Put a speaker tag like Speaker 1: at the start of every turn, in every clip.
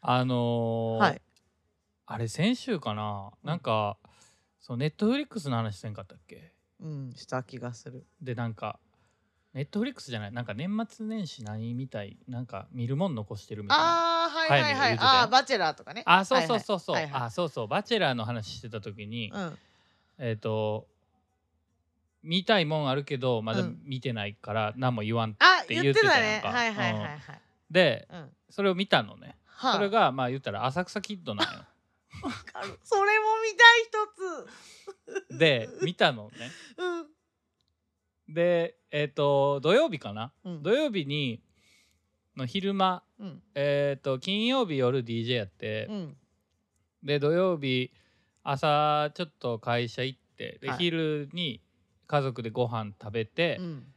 Speaker 1: あのー
Speaker 2: はい
Speaker 1: あれ先週かな、なんかそうネットフリックスの話せんかったっけ
Speaker 2: うんした気がする
Speaker 1: でなんかネットフリックスじゃないなんか年末年始何みたいなんか見るもん残してるみたいな
Speaker 2: あーはいはい
Speaker 1: はい
Speaker 2: は
Speaker 1: 言う
Speaker 2: い
Speaker 1: てたやん
Speaker 2: あーバチェラーとかね
Speaker 1: あそうそうそうそう、
Speaker 2: はいはい
Speaker 1: あそうそう「バチェラー」の話してた時に、
Speaker 2: はいはいうん
Speaker 1: えっ、と見たいもんあるけどまだ
Speaker 2: うん
Speaker 1: 見てないから何も言わん、
Speaker 2: あ
Speaker 1: て言
Speaker 2: 言
Speaker 1: っ
Speaker 2: ってて
Speaker 1: た
Speaker 2: た
Speaker 1: やん
Speaker 2: ね
Speaker 1: か
Speaker 2: はいはいはいはい
Speaker 1: で
Speaker 2: うん
Speaker 1: それを見たのね、
Speaker 2: はあ
Speaker 1: それがまあ言ったら浅草キッドなんよ
Speaker 2: わかるそれも見たい一
Speaker 1: で見たのね
Speaker 2: つうん
Speaker 1: でえっ、と土曜日かな
Speaker 2: うん
Speaker 1: 土曜日にの昼間
Speaker 2: うん
Speaker 1: えっ、と金曜日夜 DJ やって
Speaker 2: う、ん
Speaker 1: で土曜日朝ちょっと会社行ってで、
Speaker 2: はい
Speaker 1: 昼に家族でご飯食べて、
Speaker 2: うん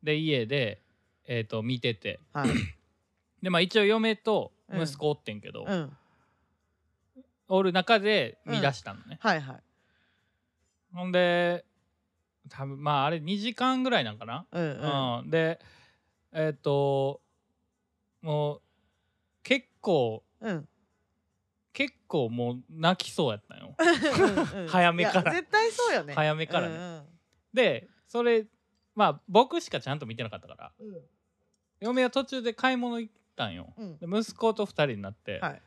Speaker 1: で家で、えー、と見てて
Speaker 2: はい
Speaker 1: でまあ一応嫁と
Speaker 2: うん
Speaker 1: 息子おってんけど、
Speaker 2: うん
Speaker 1: おる中で見出したのね、
Speaker 2: はいはい
Speaker 1: ほんで多分まああれ2時間ぐらいなんかな、
Speaker 2: うん
Speaker 1: う
Speaker 2: うん
Speaker 1: んでえっ、ともう結構
Speaker 2: うん
Speaker 1: 結構もう泣きそうやったんよ
Speaker 2: うんうん
Speaker 1: 早めから
Speaker 2: いや絶対そうよね
Speaker 1: 早めからね
Speaker 2: ね
Speaker 1: でそれまあ僕しかちゃんと見てなかったから
Speaker 2: うんうん
Speaker 1: 嫁は途中で買い物行ったんよ、
Speaker 2: うん
Speaker 1: で息子と2人になって、
Speaker 2: はい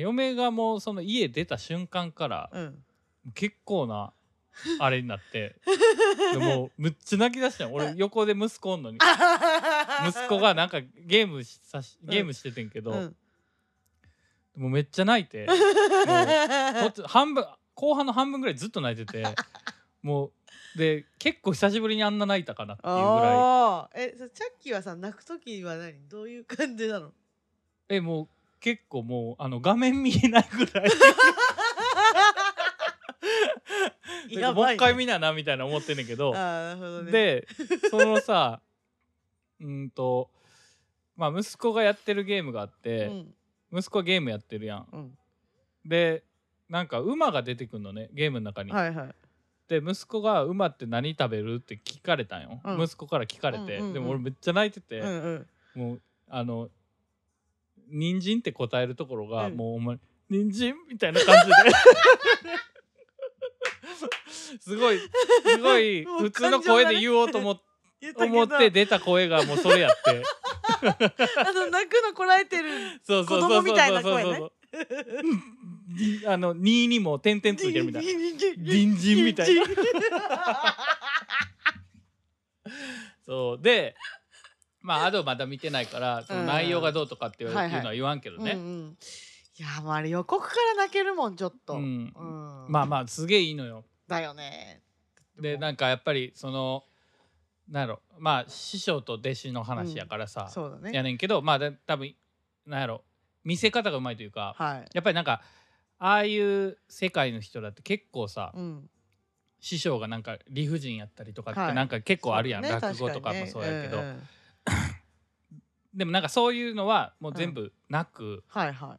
Speaker 1: 嫁がもうその家出た瞬間から
Speaker 2: うん
Speaker 1: 結構なあれになってでもうむっちゃ泣き出したよ俺横で息子おんのに 息子がなんかゲームしさしゲームしててんけど、
Speaker 2: うん
Speaker 1: もうめっちゃ泣い て途中半分後半の半分ぐらいずっと泣いて てもうで結構久しぶりにあんな泣いたかなっていうぐらい
Speaker 2: あーえそチャッキーはさ泣く時は何どういう感じなの
Speaker 1: えもう結構もうあの画面見えないぐらい
Speaker 2: やばいね
Speaker 1: もう一回見ななみたいな思ってんねんけど。
Speaker 2: あーなるほどね
Speaker 1: でそのさうんとまあ息子がやってるゲームがあっ
Speaker 2: う
Speaker 1: て、
Speaker 2: ん
Speaker 1: 息子はゲームやってるやん
Speaker 2: うん
Speaker 1: でなんか馬が出てくんのねゲームの中に、
Speaker 2: はいはい
Speaker 1: で息子が「馬って何食べる?」って聞かれたんよ、
Speaker 2: うん
Speaker 1: 息子から聞かれて、
Speaker 2: うんうんうん
Speaker 1: でも俺めっちゃ泣いてて、
Speaker 2: うんうん
Speaker 1: もうあの人参って答えるところが、
Speaker 2: うん
Speaker 1: もうお前人参みたいな感じで すごいすごい
Speaker 2: もう
Speaker 1: 普通の声で言おうと思って。
Speaker 2: 言ったけど
Speaker 1: 思って出た声がもうそれやって
Speaker 2: あの泣くのこらえてる
Speaker 1: そうそうそうそう
Speaker 2: 子供みたいな声
Speaker 1: そ
Speaker 2: ね
Speaker 1: うそうそうあの2にも点々ついてるみたいな隣人みたいなそうでまあアドまだ見てないからその内容がどうとかって言われ
Speaker 2: うん
Speaker 1: 言うのは言わんけど
Speaker 2: うん う
Speaker 1: ね
Speaker 2: んいやまああれ予告から泣けるもんちょっと、
Speaker 1: う
Speaker 2: うん
Speaker 1: んまあまあすげえいいのよ
Speaker 2: だよね
Speaker 1: でなんかやっぱりそのなんやろまあ師匠と弟子の話やからさ
Speaker 2: そうだね
Speaker 1: やねんけどまあで多分なんやろ見せ方がうまいというか
Speaker 2: はい
Speaker 1: やっぱりなんかああいう世界の人だって結構さ、
Speaker 2: うん
Speaker 1: 師匠がなんか理不尽やったりとかって
Speaker 2: はい
Speaker 1: なんか結構あるやん、
Speaker 2: そうだね
Speaker 1: 落語と
Speaker 2: 確
Speaker 1: か
Speaker 2: に
Speaker 1: も
Speaker 2: ね
Speaker 1: そうやけど、
Speaker 2: んうん
Speaker 1: でもなんかそういうのはもう全部なく、
Speaker 2: はいはい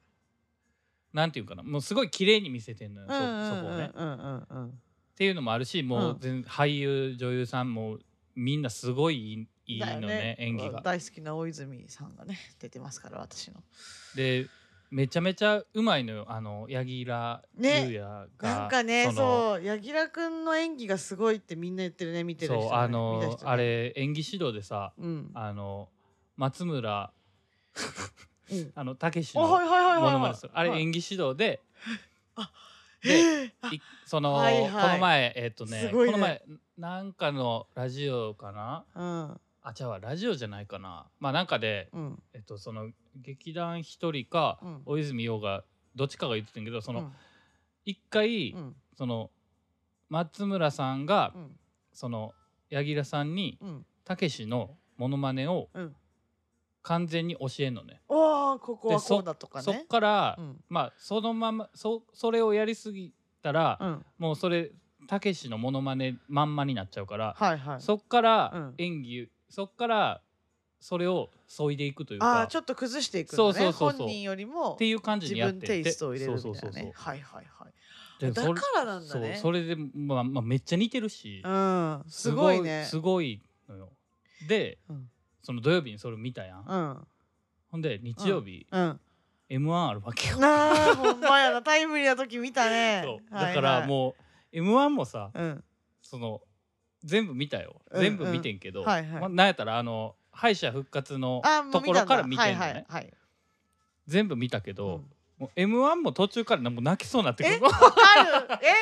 Speaker 1: なんていうかなもうすごい綺麗に見せてんのよ、そそこをね。っ
Speaker 2: うんうんうん
Speaker 1: ていうのもあるしもううん全俳優女優さんもみんなすごいいいいい
Speaker 2: だよ
Speaker 1: のね演技が。
Speaker 2: 大好きな大泉さんがね出てますから私の
Speaker 1: でめちゃめちゃうまいのよあの柳楽優
Speaker 2: ね
Speaker 1: 弥が。
Speaker 2: なんかね
Speaker 1: その
Speaker 2: そう柳楽くんの演技がすごいってみんな言ってるね見てる人ね
Speaker 1: そうあ
Speaker 2: 見た
Speaker 1: の
Speaker 2: 人ね
Speaker 1: あれ演技指導でさ
Speaker 2: うん
Speaker 1: あの松村
Speaker 2: うん
Speaker 1: あのたけし
Speaker 2: あ
Speaker 1: の
Speaker 2: はいはいはいはい
Speaker 1: モノマネするあれ
Speaker 2: はい
Speaker 1: 演技指導で
Speaker 2: へ えあ
Speaker 1: いその、
Speaker 2: はいはい
Speaker 1: この前えっ、とね
Speaker 2: すごいね
Speaker 1: この前なんかのラジオかな
Speaker 2: うん
Speaker 1: あじゃあラジオじゃないかなまあなんかで、
Speaker 2: うん
Speaker 1: えっとその劇団一人か、
Speaker 2: うん
Speaker 1: 大泉洋がどっちかが言ってたんやけどそ
Speaker 2: うん
Speaker 1: の一、回、
Speaker 2: うん
Speaker 1: その松村さんが、
Speaker 2: うん
Speaker 1: その柳楽さんに
Speaker 2: うん
Speaker 1: たけしのモノマネを
Speaker 2: うん
Speaker 1: 完全に教えんのね。
Speaker 2: おーここは
Speaker 1: でそ
Speaker 2: こうだとか
Speaker 1: そっ
Speaker 2: ね
Speaker 1: から、
Speaker 2: うん
Speaker 1: まあそのままそそれをやりすぎたら、
Speaker 2: うん
Speaker 1: もうそれたけしのモノマネまんまになっちゃうから、
Speaker 2: はいはい
Speaker 1: そっから
Speaker 2: うん
Speaker 1: 演技、そっからそれを削いでいくという
Speaker 2: あ
Speaker 1: か
Speaker 2: あちょっと崩していくのね
Speaker 1: そうそうそうそう
Speaker 2: 本人よりも
Speaker 1: っていう感じ
Speaker 2: 自
Speaker 1: にやって
Speaker 2: 分テイストを入れるみ
Speaker 1: そう
Speaker 2: た
Speaker 1: そ
Speaker 2: いうな
Speaker 1: そう
Speaker 2: ねはいはいはい
Speaker 1: そうで
Speaker 2: だ
Speaker 1: そ
Speaker 2: か
Speaker 1: れ
Speaker 2: らなんだね
Speaker 1: そうそれで、まあまあ、めっちゃ似てるし、
Speaker 2: うんすごいね
Speaker 1: すごいすごいのよで、
Speaker 2: うん
Speaker 1: その土曜日にそれ見たやん、
Speaker 2: うん
Speaker 1: ほんで日曜日、
Speaker 2: うん
Speaker 1: M1α 結構
Speaker 2: なあほんまやなタイムリーな時見た ね
Speaker 1: そうだからもう M1 もさ
Speaker 2: う、はいはいうん、
Speaker 1: その全部見たよ
Speaker 2: うん
Speaker 1: 全部見てんけど、
Speaker 2: うんはいはい
Speaker 1: まなんやったらあの敗者復活の
Speaker 2: あもう
Speaker 1: ところから見てんのね、
Speaker 2: はいはいはい
Speaker 1: 全部見たけ
Speaker 2: うん
Speaker 1: ど、もう M1 も途中からなんかもう泣きそうになってくる
Speaker 2: わかる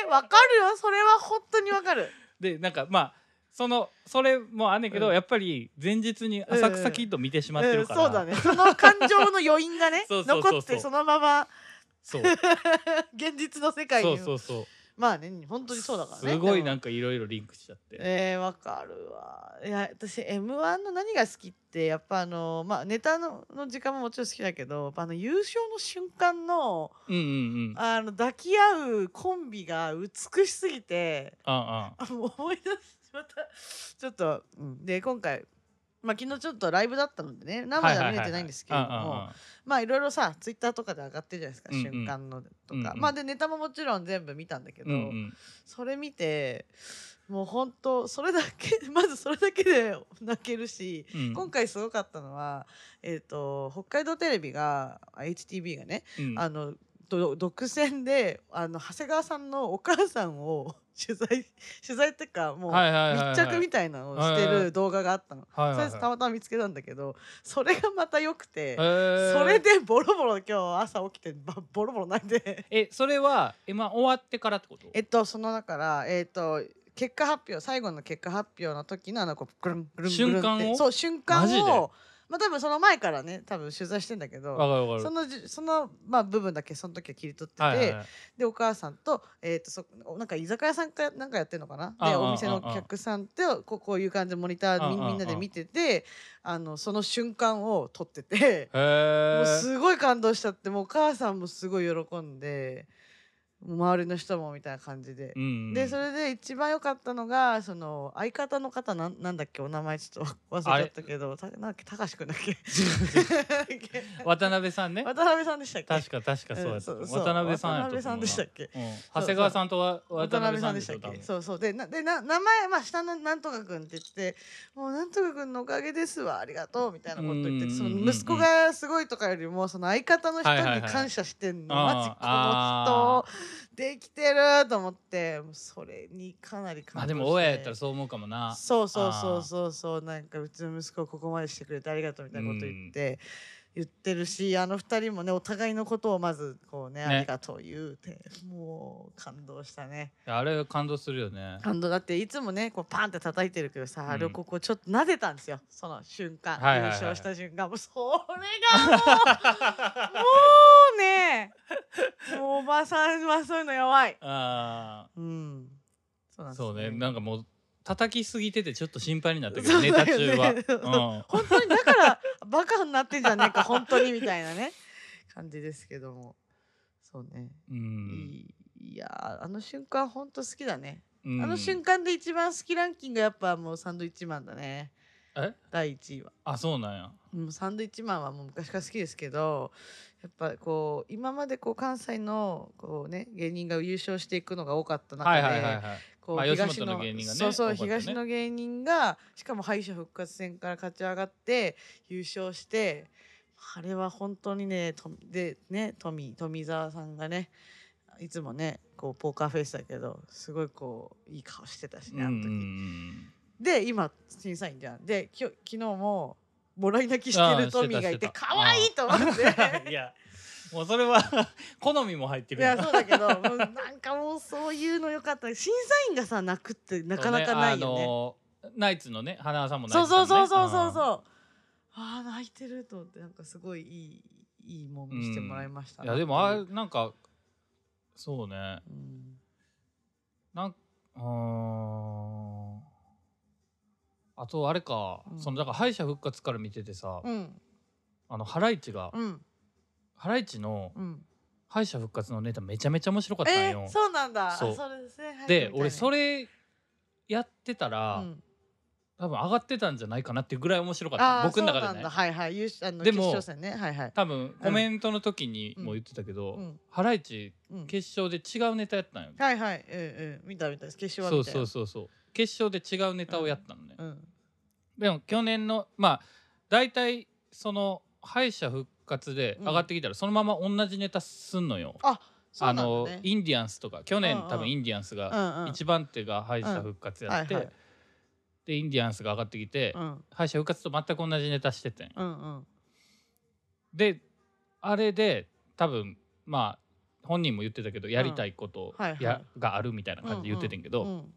Speaker 2: えわかるよそれは本当にわかる
Speaker 1: でなんかまあそのそれもあんねんけど、
Speaker 2: うん
Speaker 1: やっぱり前日に浅草キッド見てしまってるから、
Speaker 2: うん、そうだねその感情の余韻がね
Speaker 1: そうそうそうそう
Speaker 2: 残ってそのまま
Speaker 1: そう
Speaker 2: 現実の世界
Speaker 1: そう
Speaker 2: に
Speaker 1: そうそう
Speaker 2: まあね本当にそうだからね
Speaker 1: すごい
Speaker 2: で
Speaker 1: な
Speaker 2: も
Speaker 1: んかいろいろリンクしちゃって、
Speaker 2: えー、わかるわいや私 m 1の何が好きってやっぱあのまあネタのの時間ももちろん好きだけどやっぱあの優勝の瞬間の
Speaker 1: うんうんうんあ
Speaker 2: あの抱き合うコンビが美しすぎて
Speaker 1: あ
Speaker 2: あもう思い出すまたちょっと、うん、で今回、まあ、昨日ちょっとライブだったのでね生では見れてないんですけれども
Speaker 1: あ
Speaker 2: まあいろいろさツイッターとかで上がってるじゃないですか、
Speaker 1: うんうん
Speaker 2: 瞬間のとか、
Speaker 1: うんうん
Speaker 2: まあでネタももちろん全部見たんだけど、
Speaker 1: うんうん
Speaker 2: それ見てもう本当それだけ まずそれだけで 泣けるし。
Speaker 1: うん
Speaker 2: 今回すごかったのは、えー、と北海道テレビがあ HTB がね、
Speaker 1: うん
Speaker 2: あのど独占であの長谷川さんのお母さんを 取材取材っていうかもう
Speaker 1: はいはいはいはい
Speaker 2: 密着みたいなのをして
Speaker 1: はいはい
Speaker 2: る動画があったの。
Speaker 1: はい
Speaker 2: そ
Speaker 1: はいは
Speaker 2: れ
Speaker 1: い
Speaker 2: たまたま見つけたんだけどそれがまた良くて
Speaker 1: へ。ー
Speaker 2: それでボロボロ今日朝起きてばボロボロ泣いて
Speaker 1: えそれは今終わってからってこと
Speaker 2: えっとそのだからえっと結果発表最後の結果発表の時のあのこうぐるんぐるんぐるんっ
Speaker 1: 瞬
Speaker 2: て
Speaker 1: 間を
Speaker 2: そう瞬間
Speaker 1: マジで
Speaker 2: をまあ多分その前からね多分取材してんだけ
Speaker 1: わ
Speaker 2: ど
Speaker 1: かるわかる
Speaker 2: そのじそのまあ部分だけその時は切り取ってて、
Speaker 1: はいはいはい
Speaker 2: でお母さんと,、えー、とそなんか居酒屋さんかなんかやってるのかな
Speaker 1: あ
Speaker 2: で
Speaker 1: あ
Speaker 2: お店のお客さんとこうこういう感じでモニターみ
Speaker 1: ああ
Speaker 2: みんなで見ててあのその瞬間を撮ってて
Speaker 1: へ
Speaker 2: もう
Speaker 1: ー
Speaker 2: すごい感動しちゃってもうお母さんもすごい喜んでもう周りの人もみたいな感じで
Speaker 1: う。んうん
Speaker 2: でそれで一番良かったのがその相方の方なんなんだっけお名前ちょっと忘れちゃったけどたなんだっけ高志くんだ っけ
Speaker 1: 渡辺さんね
Speaker 2: 渡辺さんでしたっけ
Speaker 1: 確か確かそうやった、
Speaker 2: うんそう
Speaker 1: 渡辺さんや
Speaker 2: 渡辺さんでしたっけ
Speaker 1: うん、長谷川さんとわ渡
Speaker 2: 渡
Speaker 1: 辺さ
Speaker 2: 辺
Speaker 1: ん
Speaker 2: さん
Speaker 1: で
Speaker 2: で
Speaker 1: し
Speaker 2: し
Speaker 1: ょ
Speaker 2: たっ
Speaker 1: 多分
Speaker 2: けそうそうでなでな名前まあ下のなんとかくんって言ってもうなんとかくんのおかげですわありがとうみたいなこと言って
Speaker 1: うん
Speaker 2: て
Speaker 1: うん
Speaker 2: そ
Speaker 1: うんうん
Speaker 2: の息子がすごいとかよりもその相方の人
Speaker 1: はいはい
Speaker 2: に
Speaker 1: はい
Speaker 2: 感謝してんの、
Speaker 1: あー
Speaker 2: マジこの人できてると思ってもうそれにかなり感動して
Speaker 1: まあでも親やったらそう思うかもな
Speaker 2: そうそうそうそうそうなんかうちの息子をここまでしてくれてありがとうみたいなこと言って、言ってるしあの二人もねお互いのことをまずこうね
Speaker 1: ね
Speaker 2: ありがとう言うてもう感動したね
Speaker 1: あれ感動するよね
Speaker 2: 感動だっていつもねこうパンって叩いてるけどさ、
Speaker 1: うん
Speaker 2: あれをここちょっと撫でたんですよその瞬間、
Speaker 1: はいはいはい
Speaker 2: 優勝した瞬間もうそれが もうもうねもうおばさんはそういうの弱い
Speaker 1: あ
Speaker 2: うんそう
Speaker 1: あ
Speaker 2: なんです
Speaker 1: そう
Speaker 2: よ
Speaker 1: ねなんかもう叩きすぎててちょっと心配になったけ
Speaker 2: そ
Speaker 1: ど
Speaker 2: うだ
Speaker 1: ネ
Speaker 2: よね
Speaker 1: タ中 は、
Speaker 2: 本当にだからバカになってんじゃねえか本当にみたいなね感じですけどもそうね、
Speaker 1: うんうん
Speaker 2: いいいやーあの瞬間本当好きだね、
Speaker 1: うん、
Speaker 2: あの瞬間で一番好きランキングやっぱもうサンドイッチマンだね
Speaker 1: え
Speaker 2: 第1位は
Speaker 1: あそうなんや
Speaker 2: もうサンドイッチマンはもう昔から好きですけどやっぱこう今までこう関西のこう、ね、芸人が優勝していくのが多かった中
Speaker 1: は
Speaker 2: で、
Speaker 1: いはいはいはい
Speaker 2: こう、
Speaker 1: まあ
Speaker 2: 東
Speaker 1: 吉本の芸人がね
Speaker 2: そうそう、
Speaker 1: 多かったね
Speaker 2: 東の芸人がしかも敗者復活戦から勝ち上がって優勝してあれは本当にねとでね富富澤さんがねいつもねこうポーカーフェイスだけどすごいこういい顔してたしねあの
Speaker 1: う
Speaker 2: 時、
Speaker 1: ん
Speaker 2: で今審査員じゃんできょ昨日ももらい泣きして
Speaker 1: あー
Speaker 2: るトミーがいて
Speaker 1: してたしてた
Speaker 2: 可愛いと思っ て
Speaker 1: いやもうそれは 好みも入って
Speaker 2: い
Speaker 1: るや
Speaker 2: や
Speaker 1: ん
Speaker 2: そうだけどもうなんかもうそういうのよかった審査員がさ泣くってなかなかないよね
Speaker 1: そうねあのナイツのね花輪さんもナ
Speaker 2: そ
Speaker 1: イ
Speaker 2: う
Speaker 1: ツさん
Speaker 2: そ
Speaker 1: も
Speaker 2: う
Speaker 1: ね
Speaker 2: そうそうそうそう
Speaker 1: う、
Speaker 2: ああ泣いてると思ってなんかすごいいいいいもん見してもらいました
Speaker 1: んい
Speaker 2: な
Speaker 1: や
Speaker 2: って
Speaker 1: で
Speaker 2: う、
Speaker 1: もあれなんかそうね
Speaker 2: うん
Speaker 1: なんうーんあとあれか、
Speaker 2: うん
Speaker 1: そのだから敗者復活から見ててさ、
Speaker 2: うん
Speaker 1: あのハライチが、
Speaker 2: うん
Speaker 1: ハライチの
Speaker 2: うん
Speaker 1: 敗者復活のネタめちゃめちゃ面白かったん
Speaker 2: え
Speaker 1: よ
Speaker 2: ー、。そうなんだあ
Speaker 1: そう
Speaker 2: それですね
Speaker 1: で俺そ
Speaker 2: れ
Speaker 1: れやってたら、多分上がってたんじゃないかなっていうぐらい面白かった僕の中
Speaker 2: そ
Speaker 1: で
Speaker 2: うなん
Speaker 1: ね
Speaker 2: だ。はいはい優勝あの
Speaker 1: で
Speaker 2: 決
Speaker 1: も
Speaker 2: 勝戦ねはいはい
Speaker 1: 多分コメントの時に
Speaker 2: うん
Speaker 1: も言ってたけど、
Speaker 2: うん
Speaker 1: ハライチ
Speaker 2: うん
Speaker 1: 決勝で違うネタやったんよ。
Speaker 2: はいはいうんうん見た見た決勝は
Speaker 1: そう
Speaker 2: 見た
Speaker 1: そう
Speaker 2: よ
Speaker 1: そうそう決勝で違うネタをやったのね。
Speaker 2: うん
Speaker 1: でも去年のまあ大体その敗者復活で
Speaker 2: うん
Speaker 1: 上がってきたらそのまま同じネタすんのよ。
Speaker 2: あそうな
Speaker 1: あ
Speaker 2: んだ
Speaker 1: の
Speaker 2: ね
Speaker 1: インディアンスとか去年、
Speaker 2: うんうん
Speaker 1: 多分インディアンスが
Speaker 2: うんうん
Speaker 1: 一番手が敗者復活やって、
Speaker 2: はいはい
Speaker 1: でインディアンスが上がってきて、
Speaker 2: うん
Speaker 1: 敗者復活と全く同じネタしててん
Speaker 2: うんうん
Speaker 1: であれで多分まあ本人も言ってたけどやりたいこと
Speaker 2: はいはい
Speaker 1: やがあるみたいな感じで言っててんけど、
Speaker 2: うん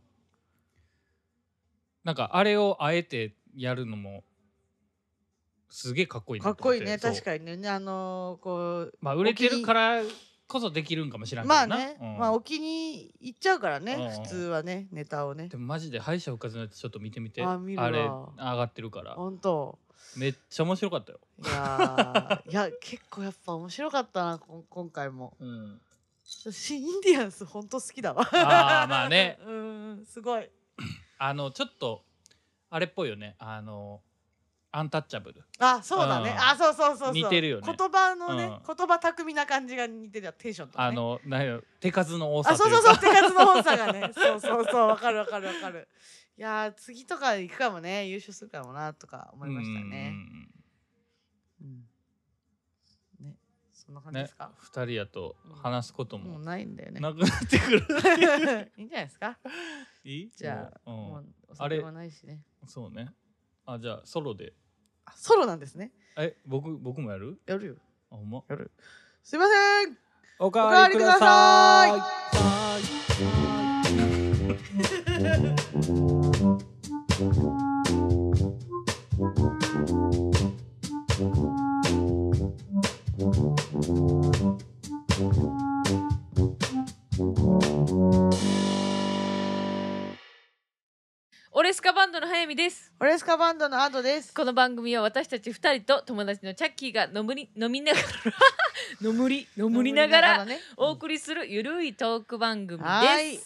Speaker 1: なんかあれをあえてやるのもすげえかっこいいな
Speaker 2: か
Speaker 1: と
Speaker 2: っ
Speaker 1: 思て
Speaker 2: こいいね
Speaker 1: そう
Speaker 2: 確かにねあのーこう
Speaker 1: まあ売れてるからこそできるんかもしれんけど
Speaker 2: ま
Speaker 1: な
Speaker 2: あね、
Speaker 1: うん
Speaker 2: まあお気に入っちゃうからね、
Speaker 1: うんうん
Speaker 2: 普通はねネタをね
Speaker 1: でもマジで敗者復活のやつちょっと見てみて
Speaker 2: あ見るわ
Speaker 1: れ上がってるから
Speaker 2: 本当
Speaker 1: めっちゃ面白かったよ、
Speaker 2: いやー いや結構やっぱ面白かったなこん今回も
Speaker 1: うん、
Speaker 2: 私インディアンス本当好きだわ
Speaker 1: あーまあね
Speaker 2: うんすごい
Speaker 1: あのちょっとあれっぽいよねあのアンタッチャブル
Speaker 2: あそうだね、
Speaker 1: うん
Speaker 2: あそうそうそうそう
Speaker 1: 似てるよね
Speaker 2: 言葉のね、
Speaker 1: う
Speaker 2: 言葉巧みな感じが似てるよテンションとか、ね、
Speaker 1: あのなんやろ手数の多さと
Speaker 2: あそう
Speaker 1: い
Speaker 2: そう
Speaker 1: う
Speaker 2: そ
Speaker 1: か
Speaker 2: う手数の本さがね そうそうそうわかるわかるわかるいやー次とか行くかもね優勝するかもなとか思いました
Speaker 1: うん
Speaker 2: ね
Speaker 1: うん
Speaker 2: うんねそんな
Speaker 1: う
Speaker 2: 感
Speaker 1: ん
Speaker 2: じで
Speaker 1: ね
Speaker 2: すか、
Speaker 1: 二人やと話すこと
Speaker 2: も
Speaker 1: も
Speaker 2: うないんだよね
Speaker 1: なくなってくる
Speaker 2: いいんじゃないですか
Speaker 1: いい
Speaker 2: じゃあ、
Speaker 1: も
Speaker 2: も
Speaker 1: う
Speaker 2: うお酒もないしね
Speaker 1: うんそうねあじゃあソロで
Speaker 2: あソロなんですね
Speaker 1: え僕僕もやる
Speaker 2: やるよ
Speaker 1: あほんま
Speaker 2: すいません
Speaker 1: お
Speaker 2: お
Speaker 1: か
Speaker 2: かわりください
Speaker 3: オレスカバンドの早見です
Speaker 2: オレスカバンドのアドです
Speaker 3: この番組は私たち二人と友達のチャッキーが飲むり飲みながら 飲むり飲むりながら
Speaker 2: ね
Speaker 3: お送りするゆるいトーク番組です
Speaker 2: はい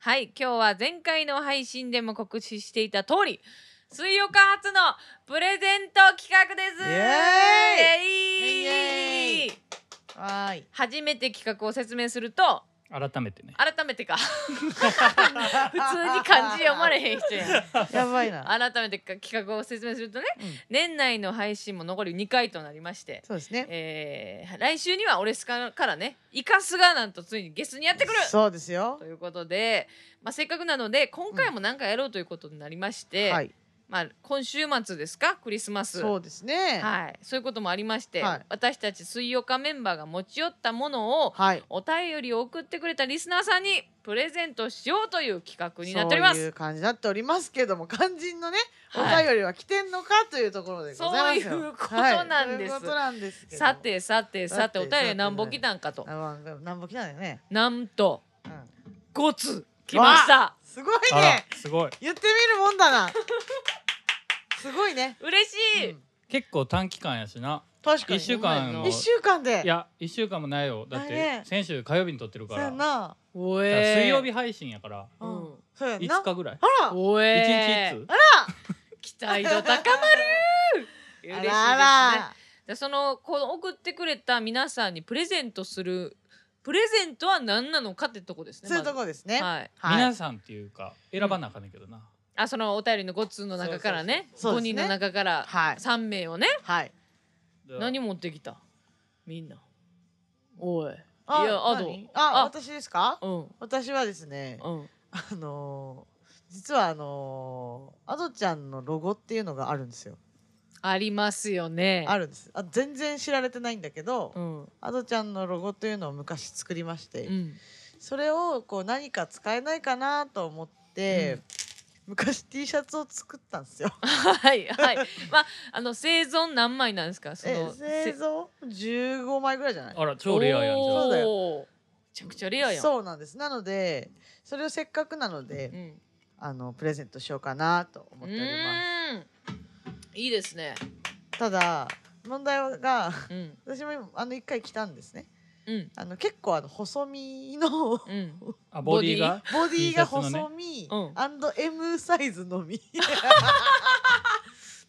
Speaker 3: はい今日は前回の配信でも告知していた通り水曜館発のプレゼント企画です
Speaker 2: イエ
Speaker 3: イエーイ
Speaker 2: イエーイはーい
Speaker 3: 初めて企画を説明すると
Speaker 1: 改めてね
Speaker 3: 改めてか普通に漢字読まれへん人やん
Speaker 2: やばいな、
Speaker 3: 改めてか企画を説明するとね
Speaker 2: うん
Speaker 3: 年内の配信も残り2回となりまして、
Speaker 2: そうですね
Speaker 3: えー来週にはオレスカからねイカスがなんとついにゲストにやってくる
Speaker 2: そうですよ
Speaker 3: ということで、まあ、せっかくなので今回も何かやろうということになりまして、
Speaker 2: はい
Speaker 3: まあ、今週末ですかクリスマス
Speaker 2: そうですねはい、
Speaker 3: はい、そういうこともありまして、
Speaker 2: はい
Speaker 3: 私たち水曜日メンバーが持ち寄ったものをお便りを送ってくれたリスナーさんにプレゼントしようという企画になっておりま
Speaker 2: そうい
Speaker 3: す。
Speaker 2: う感じになっておりますけども肝心のね、
Speaker 3: はい
Speaker 2: お便りは来てんのかというところでございますよ
Speaker 3: そういうことなんです
Speaker 2: はいそういうことなんですけど
Speaker 3: さてさてさて
Speaker 2: さ
Speaker 3: お
Speaker 2: て
Speaker 3: 便り何本来たんかと
Speaker 2: あまあなんぼ来たんだよね、
Speaker 3: なんと
Speaker 2: うん、
Speaker 3: 5つ来ました
Speaker 2: すごい
Speaker 1: あら
Speaker 2: ね
Speaker 1: すごい
Speaker 2: 言ってみるもんだ なすごいね、
Speaker 3: 嬉しい、
Speaker 2: うん
Speaker 1: 結構短期間やしな
Speaker 2: 確かに
Speaker 1: 一週間
Speaker 3: の
Speaker 2: 一週間で
Speaker 1: いや一週間もないよだっ
Speaker 2: ないね
Speaker 1: て先週火曜日に撮ってる
Speaker 2: そ
Speaker 1: か
Speaker 2: うや
Speaker 1: ら
Speaker 2: ん
Speaker 1: だか
Speaker 2: な、
Speaker 3: お
Speaker 1: ら
Speaker 3: え
Speaker 1: 水曜日配信やから
Speaker 3: う
Speaker 2: うんん、そうやんな
Speaker 1: 5日ぐらい
Speaker 2: あら
Speaker 3: お
Speaker 1: 一
Speaker 3: え
Speaker 1: 日いつ
Speaker 3: 期待度高まる嬉しいですね
Speaker 2: あらあ
Speaker 3: でそのこの送ってくれた皆さんにプレゼントするプレゼントは何なのかってとこですね
Speaker 2: らそういう
Speaker 3: ま
Speaker 2: と
Speaker 3: ず
Speaker 2: こですね、
Speaker 3: はい
Speaker 2: はい
Speaker 1: 皆さんっていうか選ばなあかんねんけどな
Speaker 3: あそのお便りの5通の中からね
Speaker 2: そうそうそうそう
Speaker 3: 5
Speaker 2: です
Speaker 3: 人
Speaker 2: ね
Speaker 3: の中から
Speaker 2: はい
Speaker 3: 3名をね
Speaker 2: はい
Speaker 3: 何持ってきたみんなおいい
Speaker 2: あ
Speaker 3: やアド
Speaker 2: 何あ
Speaker 3: あ
Speaker 2: 私ですか
Speaker 3: うん
Speaker 2: 私はですね
Speaker 3: うん
Speaker 2: あのー実はあのーアドちゃんのロゴっていうのがあるんですよ
Speaker 3: ありますよね
Speaker 2: あるんですあ全然知られてないんだけど、
Speaker 3: うんう
Speaker 2: アドちゃんのロゴというのを昔作りまして、
Speaker 3: ん
Speaker 2: それをこう何か使えないかなと思って、昔 T シャツを作ったんですよ。
Speaker 3: はいはい。まああの生存何枚なんですか。そ
Speaker 2: え
Speaker 3: の
Speaker 2: 製
Speaker 3: せ
Speaker 2: 造15枚ぐらいじゃない
Speaker 1: あら超レアやんじゃ
Speaker 2: ん
Speaker 1: あ
Speaker 2: そうだよ
Speaker 3: おーめちゃくちゃレアやん。
Speaker 2: そうなんですなのでそれをせっかくなので、
Speaker 3: うん。
Speaker 2: あのプレゼントしようかなと思
Speaker 3: う
Speaker 2: っておりま
Speaker 3: ーん。いいですね。
Speaker 2: す。ただ問題が
Speaker 3: うん
Speaker 2: 私も今あの1回来たんですね。
Speaker 3: うん
Speaker 2: あの結構あの細身のボ
Speaker 3: うん。
Speaker 1: あボディが
Speaker 2: ディが
Speaker 1: T シャツのね
Speaker 2: 細身、
Speaker 3: うん
Speaker 2: &M サイズのみ。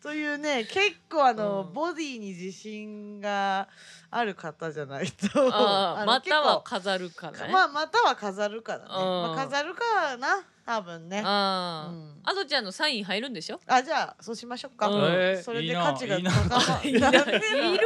Speaker 2: というね結構あの、
Speaker 3: うん
Speaker 2: ボディに自信がある方じゃないと
Speaker 3: ああ
Speaker 2: の
Speaker 3: または
Speaker 2: 結
Speaker 3: 飾るから
Speaker 2: 構
Speaker 3: ね。
Speaker 2: まあまたは飾るからね、
Speaker 3: うん
Speaker 2: まあ、飾るかな多分ね。
Speaker 3: あ
Speaker 2: う
Speaker 3: ー
Speaker 2: ん
Speaker 3: アドちゃんのサイン入るんでしょ
Speaker 2: あじゃあそうしましょうか。
Speaker 3: うん
Speaker 1: えー
Speaker 2: それ
Speaker 1: い
Speaker 2: で
Speaker 1: いな
Speaker 2: 価値が
Speaker 1: いいな
Speaker 2: 高ま
Speaker 3: いるいるあ
Speaker 2: やべえない
Speaker 3: ん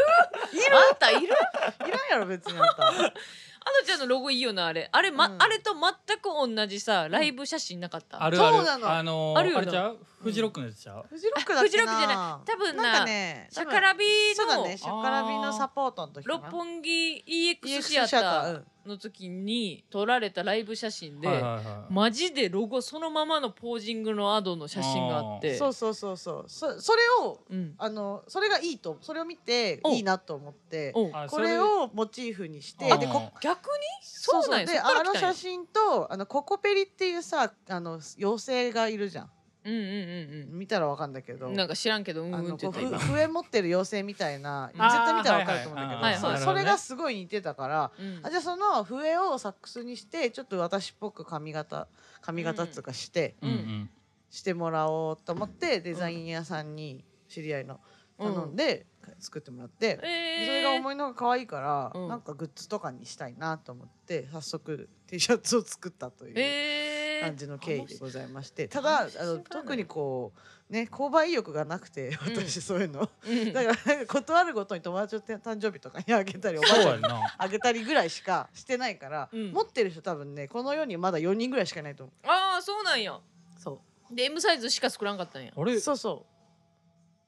Speaker 3: たいるア
Speaker 2: いらんやろ別にあんた。
Speaker 3: ドちゃんのロゴいいよなあれあれ、ま
Speaker 2: うん
Speaker 3: あれと全く同じさライブ写真なかった、
Speaker 1: あるある
Speaker 2: そうなの
Speaker 1: あのー
Speaker 3: あるよ
Speaker 1: あれちゃうフジロックのやつちゃう
Speaker 2: フジロックだっけな。
Speaker 3: フジロックじゃない多分なん
Speaker 2: かね、
Speaker 3: シャカラビ
Speaker 2: そうだ
Speaker 3: の
Speaker 2: ね、シャカラビのサポートの時か
Speaker 3: 六
Speaker 2: な。
Speaker 3: 本木 EX シ
Speaker 2: EX
Speaker 3: ア
Speaker 2: シアターう
Speaker 3: タ
Speaker 2: ん
Speaker 3: ーの時に撮られたライブ写真で、
Speaker 1: はいはいはい
Speaker 3: マジでロゴそのままのポージングのアドの写真があって
Speaker 2: そうそうそうそう。そそれを
Speaker 3: うん、
Speaker 2: あのそれがいいとそれを見て
Speaker 3: お
Speaker 2: いいなと思って。
Speaker 3: お
Speaker 1: あ
Speaker 2: これをモチーフにして
Speaker 1: あ
Speaker 2: でこ
Speaker 3: 逆に
Speaker 2: そう
Speaker 3: そうなん
Speaker 2: そう
Speaker 3: や
Speaker 2: で
Speaker 3: そっから
Speaker 2: あの
Speaker 3: 来たんや
Speaker 2: 写真とあのココペリっていうさあの妖精がいるじゃん
Speaker 3: うんうん
Speaker 2: 見たらわかんだけど
Speaker 3: うんうんなんか知らんけどうんう
Speaker 2: あ
Speaker 3: ん
Speaker 2: の
Speaker 3: って言
Speaker 2: こう
Speaker 3: った
Speaker 2: ふ
Speaker 3: 今
Speaker 2: 笛持ってる妖精みたいな絶
Speaker 3: あー
Speaker 2: 対見たらわかると思うんだけど、
Speaker 3: はいはいはいはい
Speaker 2: そう
Speaker 1: なるほ
Speaker 2: そ
Speaker 1: どね
Speaker 2: れがすごい似てたから、
Speaker 3: うん
Speaker 2: あじゃあその笛をサックスにしてちょっと私っぽく髪型髪型っつうかして、
Speaker 1: うんうん
Speaker 2: してもらおうと思ってデザイン屋さんに知り合いの頼んで作ってもらって、
Speaker 3: えー、
Speaker 2: それが思いのが可愛いから、
Speaker 3: うん
Speaker 2: なんかグッズとかにしたいなと思って早速 T シャツを作ったという
Speaker 3: えー
Speaker 2: 感じの経緯でございまして、ただ
Speaker 3: 面
Speaker 2: あ
Speaker 3: 白い
Speaker 2: の
Speaker 3: ね
Speaker 2: 特にこうね購買意欲がなくて
Speaker 3: うん
Speaker 2: 私そういうの、
Speaker 3: うん
Speaker 2: だからなんか断るごとに友達の誕生日とかにあげたりおばあ
Speaker 1: そう
Speaker 2: ちゃ
Speaker 1: や
Speaker 2: ん
Speaker 1: ん
Speaker 2: に
Speaker 1: な
Speaker 2: あげたりぐらいしかしてないから、
Speaker 3: うん
Speaker 2: 持ってる人多分ねこの世にまだ4人ぐらいしかいないと思
Speaker 3: ああそうなんや
Speaker 2: うそう
Speaker 3: で M サイズしか作らんかったんや
Speaker 1: あれ
Speaker 2: そうそう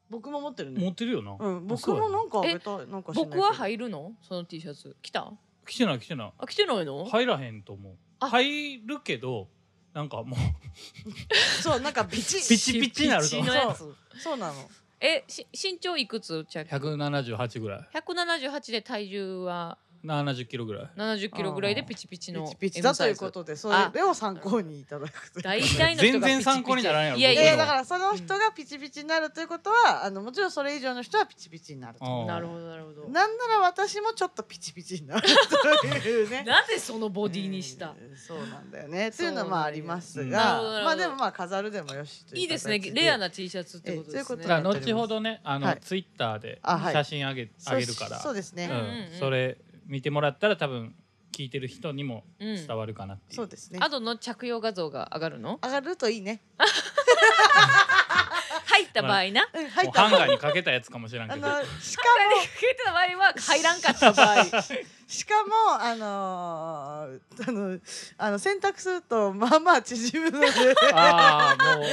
Speaker 2: 僕も持ってるね
Speaker 1: 持ってるよな
Speaker 2: うん、
Speaker 1: あそ
Speaker 2: 僕
Speaker 1: うや
Speaker 2: もなんかあ
Speaker 3: え
Speaker 2: げたいなんかしないけ
Speaker 3: 僕
Speaker 2: ど
Speaker 3: は入るのその T シャツ来た
Speaker 1: 来てない来てない
Speaker 3: あ来てないの、
Speaker 1: 入らへんと思う
Speaker 3: あ
Speaker 1: 入るけどなんかもう
Speaker 2: そうなんかビチ
Speaker 1: ピチピチになると
Speaker 3: ピチのやつ
Speaker 2: そうそうなの
Speaker 3: えし身長いくつちゃ
Speaker 1: 178ぐらい
Speaker 3: 178で体重は
Speaker 1: 70キロぐらい
Speaker 3: 70キロぐらいでピチピチの
Speaker 2: ピ
Speaker 3: M
Speaker 2: チピチだと
Speaker 3: サ
Speaker 2: い
Speaker 3: イ
Speaker 2: う
Speaker 3: ズ
Speaker 2: ことでそれを参考にいただくという
Speaker 3: 大体の人が
Speaker 1: 全然参考にならんやろ
Speaker 3: いや
Speaker 2: い
Speaker 3: い
Speaker 2: や
Speaker 3: や
Speaker 2: いやだからその人がピチピチになるということはあのもちろんそれ以上の人はピチピチになると
Speaker 1: あー
Speaker 3: なるほどなるほど
Speaker 2: なんなら私もちょっとピチピチになるという ね
Speaker 3: なぜそのボディにした、
Speaker 2: うんそうなんだよねと
Speaker 3: そう
Speaker 2: いう
Speaker 3: なん
Speaker 2: の
Speaker 3: だよ
Speaker 2: はまああります
Speaker 1: う
Speaker 2: が
Speaker 1: ん
Speaker 3: なるほどなる
Speaker 2: ま
Speaker 3: ほ
Speaker 2: あ
Speaker 3: ど
Speaker 2: でもまあ飾るでもよしという
Speaker 3: いいですね
Speaker 2: 形
Speaker 3: レアな T シャツってことです
Speaker 2: えそういう
Speaker 3: ね
Speaker 2: こと
Speaker 1: だ
Speaker 2: な
Speaker 1: から後ほどねあの、
Speaker 2: はい
Speaker 1: ツイッターで
Speaker 2: あはい
Speaker 1: 写真あげ,、
Speaker 2: そう
Speaker 1: あげるから
Speaker 2: そうですね、
Speaker 1: う
Speaker 3: うん
Speaker 1: ん
Speaker 3: うんうん
Speaker 1: それ見てもらったら多分聞いてる人にも
Speaker 3: うん
Speaker 1: 伝わるかなっていう、
Speaker 2: そうですね
Speaker 3: アドの着用画像が上がるの
Speaker 2: 上がるといいね、
Speaker 3: 入った場
Speaker 2: う
Speaker 3: 合な、
Speaker 2: ん、入
Speaker 1: も
Speaker 2: っ
Speaker 1: うハ
Speaker 2: た
Speaker 1: ンガーにかけたやつかもしれん
Speaker 2: あ
Speaker 1: け
Speaker 2: の
Speaker 1: ど
Speaker 2: しかも
Speaker 3: 入った場合は入らんかった 場合
Speaker 2: しかもあのーあのあの洗濯するとまあまあ縮むので
Speaker 1: ああもう
Speaker 3: 何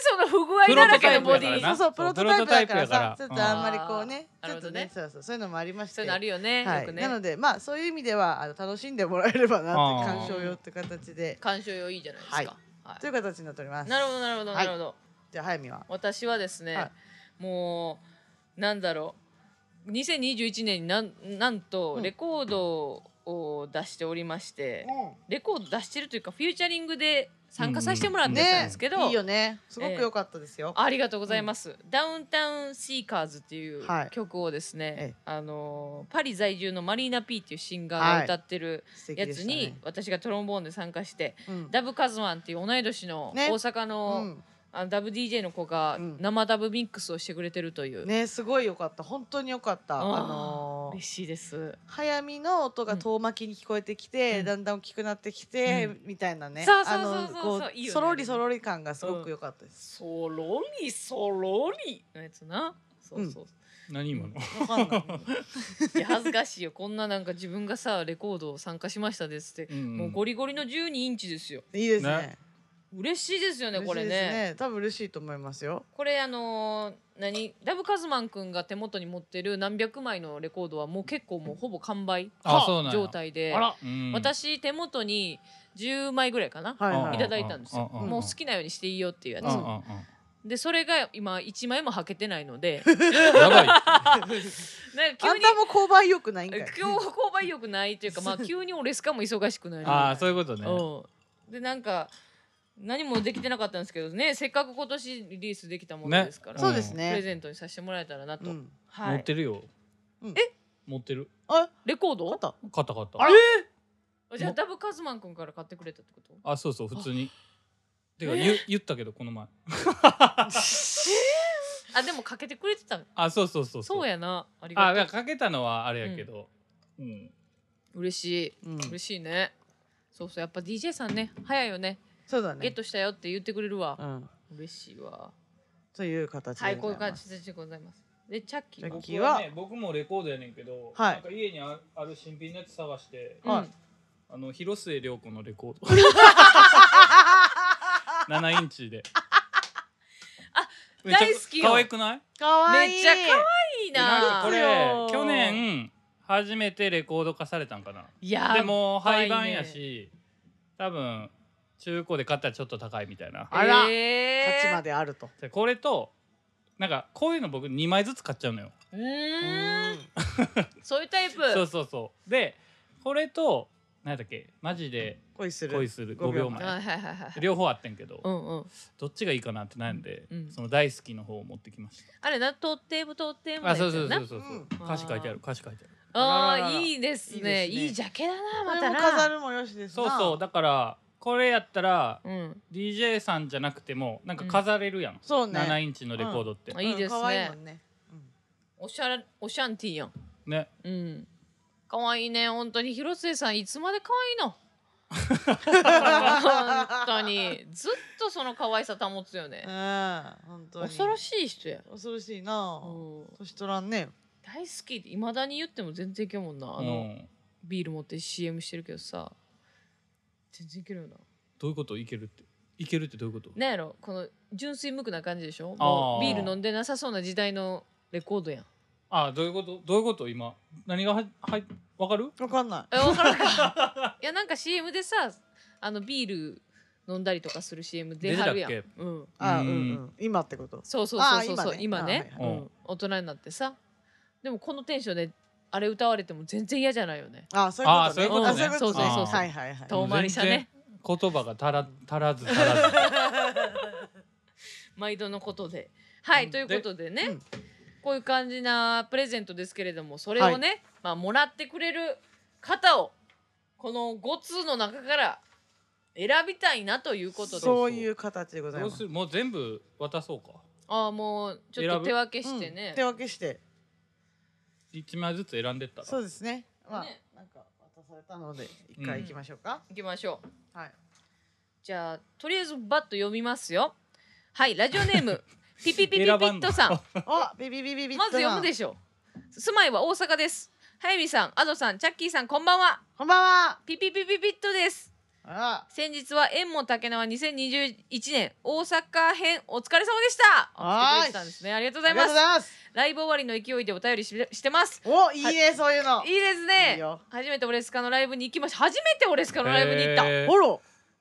Speaker 3: その不具合だらけのボデ
Speaker 1: プロトタイプやから
Speaker 2: そ
Speaker 3: ィ
Speaker 2: う
Speaker 1: な
Speaker 2: そうプロトタイプだからさち
Speaker 1: そ
Speaker 2: ょ
Speaker 1: うプ
Speaker 2: っ
Speaker 1: ロトタイプやから
Speaker 2: とあんまりこうね
Speaker 3: あー
Speaker 2: ちょっと
Speaker 3: なる
Speaker 2: ね
Speaker 3: ほ
Speaker 2: そうそうそういうのもありまして
Speaker 3: そういうのあるよね、
Speaker 2: は
Speaker 3: よく
Speaker 2: い、
Speaker 3: ね
Speaker 2: なのでまあそういう意味ではあの楽しんでもらえればな
Speaker 1: あー
Speaker 2: って鑑賞用って形で
Speaker 3: 鑑賞用いいじゃないですか、
Speaker 2: はい
Speaker 3: はい
Speaker 2: という形になっております
Speaker 3: なるほどなるほど
Speaker 2: は
Speaker 3: ないるほど、
Speaker 2: じゃあ早見は
Speaker 3: 私はですね、
Speaker 2: はい
Speaker 3: もうなんだろう2021年になんなんと
Speaker 2: うん
Speaker 3: レコードを出しておりまして、レコード出してるというかフューチャリングで参加させてもらってたんですけど、
Speaker 2: いいよねすごく良かったですよ、
Speaker 3: ありがとうございます、ダウンタウンシーカーズっていう
Speaker 2: はい
Speaker 3: 曲をですね、
Speaker 2: ええ
Speaker 3: あのーパリ在住のマリーナ・ピーっていうシンガーが歌ってる
Speaker 2: 素敵
Speaker 3: や
Speaker 2: で
Speaker 3: つ
Speaker 2: した
Speaker 3: に、
Speaker 2: ね
Speaker 3: 私がトロンボーンで参加して、
Speaker 2: うん
Speaker 3: ダブカズマンっていう同い年の
Speaker 2: ね
Speaker 3: 大阪の,、
Speaker 2: う
Speaker 3: あのダブ DJ の子が
Speaker 2: うん
Speaker 3: 生ダブミックスをしてくれてるという、
Speaker 2: ん、ねすごい良かった本当に良かったあ
Speaker 3: あー
Speaker 2: のー
Speaker 3: 嬉しいです。
Speaker 2: 早見の音が遠巻きに聞こえてきて、
Speaker 3: うん
Speaker 2: だんだん大きくなってきて、
Speaker 3: うん
Speaker 2: みたいなね
Speaker 3: そうそうそうそうそう
Speaker 2: あのこ
Speaker 3: いいよね
Speaker 2: そろりそろり感がすごく良かったです、
Speaker 3: そろりそろりのやつな。そうそう。
Speaker 1: 何今の
Speaker 2: わかんない
Speaker 3: いや恥ずかしいよ。こんななんか自分がさレコードを参加しましたですって、
Speaker 1: うん
Speaker 3: もうゴリゴリの12インチですよ。
Speaker 2: いいですね
Speaker 1: ね
Speaker 3: 嬉しいですよね
Speaker 2: 嬉しい
Speaker 3: これね。
Speaker 2: です多分嬉しいと思いますよ
Speaker 3: これあのー何ダブカズマンくんが手元に持ってる何百枚のレコードはもう結構もうほぼ完売
Speaker 1: あそうなんや
Speaker 3: 状態で
Speaker 1: あ、ら、うん
Speaker 3: 私手元に10枚ぐらいかな、
Speaker 2: はい
Speaker 1: うん
Speaker 2: はい
Speaker 3: いただいたんですよ。
Speaker 1: うんうんうん
Speaker 3: もう好きなようにしていいよっていうやつ。
Speaker 1: うんうんうん
Speaker 3: でそれが今1枚もはけてないの で、
Speaker 1: やばい
Speaker 2: あん
Speaker 3: なんか急に
Speaker 2: たも購買良くないんか い
Speaker 3: 今日は購買力ないというか、まあ、急に俺スカも忙しくなり
Speaker 1: ああそういうことね
Speaker 3: うんでなんか何もできてなかったんですけどねせっかく今年リリースできたものですから、
Speaker 1: ね
Speaker 2: そうです
Speaker 3: プレ
Speaker 2: ね、
Speaker 3: ゼントにさせてもらえたらなと、
Speaker 2: うん、
Speaker 3: は
Speaker 1: 持っ
Speaker 3: い
Speaker 1: てるよ、
Speaker 2: うん
Speaker 1: え持ってる
Speaker 2: あ
Speaker 3: レコード
Speaker 2: 買った
Speaker 1: 買った買った
Speaker 3: あらじゃあ
Speaker 1: も
Speaker 3: ダブカズマン君から買ってくれたってこと
Speaker 1: あそうそう普通にてか言う言ったけどこの前
Speaker 3: あでもかけてくれてた
Speaker 1: あそうそうそう
Speaker 3: そうやなあり
Speaker 1: あ
Speaker 3: が
Speaker 1: いや
Speaker 3: と
Speaker 1: かけたのはあれやけど、うん
Speaker 3: う嬉しい、
Speaker 2: うん
Speaker 3: 嬉しいねそうそうやっぱ DJ さんね早いよね
Speaker 2: そうだ
Speaker 3: ゲ
Speaker 2: ね
Speaker 3: ッ。トしたよって言ってくれるわ
Speaker 2: うん。
Speaker 3: 嬉しいわ
Speaker 2: という形
Speaker 3: は
Speaker 2: で
Speaker 3: いこう
Speaker 2: ご
Speaker 3: い
Speaker 2: ざいま
Speaker 3: う感
Speaker 2: す。
Speaker 3: じでございますでチャッキー
Speaker 2: チャッ
Speaker 3: も
Speaker 2: キーは
Speaker 1: 僕ね僕もレコードやねんけど、
Speaker 2: はい
Speaker 1: なんか家にあある新品のやつ探して
Speaker 2: はい
Speaker 3: うん
Speaker 1: あの広末涼子のレコー ド7インチで
Speaker 3: あ
Speaker 1: めっちゃ
Speaker 3: 大好きよ
Speaker 1: 可愛くない
Speaker 2: 可愛い
Speaker 3: めっちゃ可いい
Speaker 1: なんかこ
Speaker 3: な
Speaker 1: れ去年初めてレコード化されたんかない
Speaker 3: や
Speaker 1: でも
Speaker 3: ばい
Speaker 1: 廃
Speaker 3: ね
Speaker 1: 盤やし多分中古で買ったらちょっと高いみたいな
Speaker 2: あら
Speaker 3: え
Speaker 2: 価値
Speaker 3: ー
Speaker 2: まであると。
Speaker 1: でこれとなんかこういうの僕2枚ずつ買っちゃうのよ
Speaker 3: う
Speaker 2: う
Speaker 3: ーん
Speaker 2: ん
Speaker 3: そういうタイプ
Speaker 1: そうそうそうでこれと何だっけマジで
Speaker 2: 恋する。
Speaker 1: 恋する
Speaker 2: 5
Speaker 1: 5
Speaker 2: 秒
Speaker 1: 秒
Speaker 2: 前
Speaker 1: 前
Speaker 3: はいはいはいはい
Speaker 1: 両方あってんけど、
Speaker 3: うんうん
Speaker 1: どっちがいいかなって悩んで、
Speaker 3: うん
Speaker 1: その大好きの方を持ってきまし
Speaker 3: あれなとってもとっても
Speaker 1: たあそうそう
Speaker 3: な
Speaker 1: そうそ
Speaker 3: やつ
Speaker 1: うそう、
Speaker 2: うん
Speaker 1: 歌詞書いてある歌詞書いてある
Speaker 3: やな
Speaker 2: あらら
Speaker 3: あ
Speaker 2: らら
Speaker 3: ーいいですね
Speaker 2: いいですね
Speaker 3: いいジャケだな
Speaker 2: こ
Speaker 3: ま
Speaker 2: れ
Speaker 3: た
Speaker 2: も
Speaker 3: な
Speaker 2: 飾るもよしです
Speaker 1: そうそう
Speaker 2: な。
Speaker 1: だからこれやったら
Speaker 3: うん、
Speaker 1: DJ さんじゃなくてもなんか飾れるやん、
Speaker 2: そうね。
Speaker 1: 7インチのレコードって、
Speaker 3: うんいいです
Speaker 2: う
Speaker 3: ね
Speaker 2: ん可愛いもんね。うん
Speaker 3: おしゃれおシャンティーやん
Speaker 1: ね
Speaker 3: うん可愛いね本当に広末さんいつまで可愛いの本当にずっとその可愛さ保つよね
Speaker 2: うん、本当に。
Speaker 3: 恐ろ
Speaker 2: い。
Speaker 3: しい人や
Speaker 2: 恐ろしいな
Speaker 3: う。ん
Speaker 2: 年取らんね。
Speaker 3: 大好きっていまだに言っても全然いけるもんなあ
Speaker 1: う
Speaker 3: の、
Speaker 1: ん、
Speaker 3: ビール持って CM してるけどさ全然いけるよな
Speaker 1: どういうこといけるっていけるってどういうこと、
Speaker 3: なんやろこの純粋無垢な感じでしょ
Speaker 1: あー
Speaker 3: もうビール飲んでなさそうな時代のレコードやん
Speaker 1: ああどういうことどういうこと今何がははいわかる
Speaker 2: わかんな い。
Speaker 3: え分からんかいやなんか CM でさあのビール飲んだりとかする CM 出はるやん
Speaker 1: 出て
Speaker 3: うん
Speaker 2: あ、
Speaker 1: う
Speaker 2: う
Speaker 1: んん
Speaker 2: うん。今ってこと。
Speaker 3: そうそう
Speaker 2: あ
Speaker 3: そう
Speaker 2: ー
Speaker 3: そうそう今
Speaker 2: 今
Speaker 3: ね
Speaker 2: ね
Speaker 1: あはいはい
Speaker 3: うん大人になってさでもこのテンションであれ歌われても全然嫌じゃないよね
Speaker 2: あ、そういうことね。
Speaker 1: あそういうこと
Speaker 2: あ
Speaker 3: ね
Speaker 2: そういうこと
Speaker 1: そう
Speaker 2: ね。
Speaker 1: そうそう
Speaker 2: はいはいはい。
Speaker 3: 遠回りしたね
Speaker 1: 言葉が足ら足らず足らず
Speaker 3: 毎度のことでは
Speaker 1: う
Speaker 3: い
Speaker 1: ん
Speaker 3: ということでね
Speaker 2: うん
Speaker 3: こういう感じなプレゼントですけれどもそれをね、まあもらってくれる方をこの5通の中から選びたいなということで
Speaker 2: そういう形でござい
Speaker 1: どう
Speaker 2: ます
Speaker 1: す。るもう全部渡そうか
Speaker 3: ああもうちょっ
Speaker 1: 選
Speaker 3: と
Speaker 1: ぶ
Speaker 3: 手分けして
Speaker 2: う
Speaker 3: ね
Speaker 2: ん、手分けして。
Speaker 1: 1枚ずつ選んでったら
Speaker 2: そうですね。まあ
Speaker 3: ね、
Speaker 2: なんか渡されたので、一回行きましょうか。
Speaker 3: 行きましょう
Speaker 2: はい。
Speaker 3: じゃあとりあえずバッと読みますよはいラジオネームピピピピピ
Speaker 1: 選ば
Speaker 3: ッ
Speaker 1: んの
Speaker 3: トさん
Speaker 2: あ、ビビビビビッと
Speaker 3: まず読むで
Speaker 2: し
Speaker 3: しょう住まいは大阪ですはゆみさんアドさんチャッキーさんこんばんは
Speaker 2: こんばんは。
Speaker 3: ピピピピピットです
Speaker 2: あら。
Speaker 3: 先日は縁も竹縄2021年大阪編お疲れ様でしたあ来てくれてたんですねありがとうございます
Speaker 2: ありがとうございます。
Speaker 3: ライブ終わりの勢いでお便りししてます
Speaker 2: お、いいね、そういうの。
Speaker 3: いいですね
Speaker 2: いいよ
Speaker 3: 初めてオレスカのライブに行きました初めてオレスカのライブに行った
Speaker 1: へー
Speaker 2: ほら、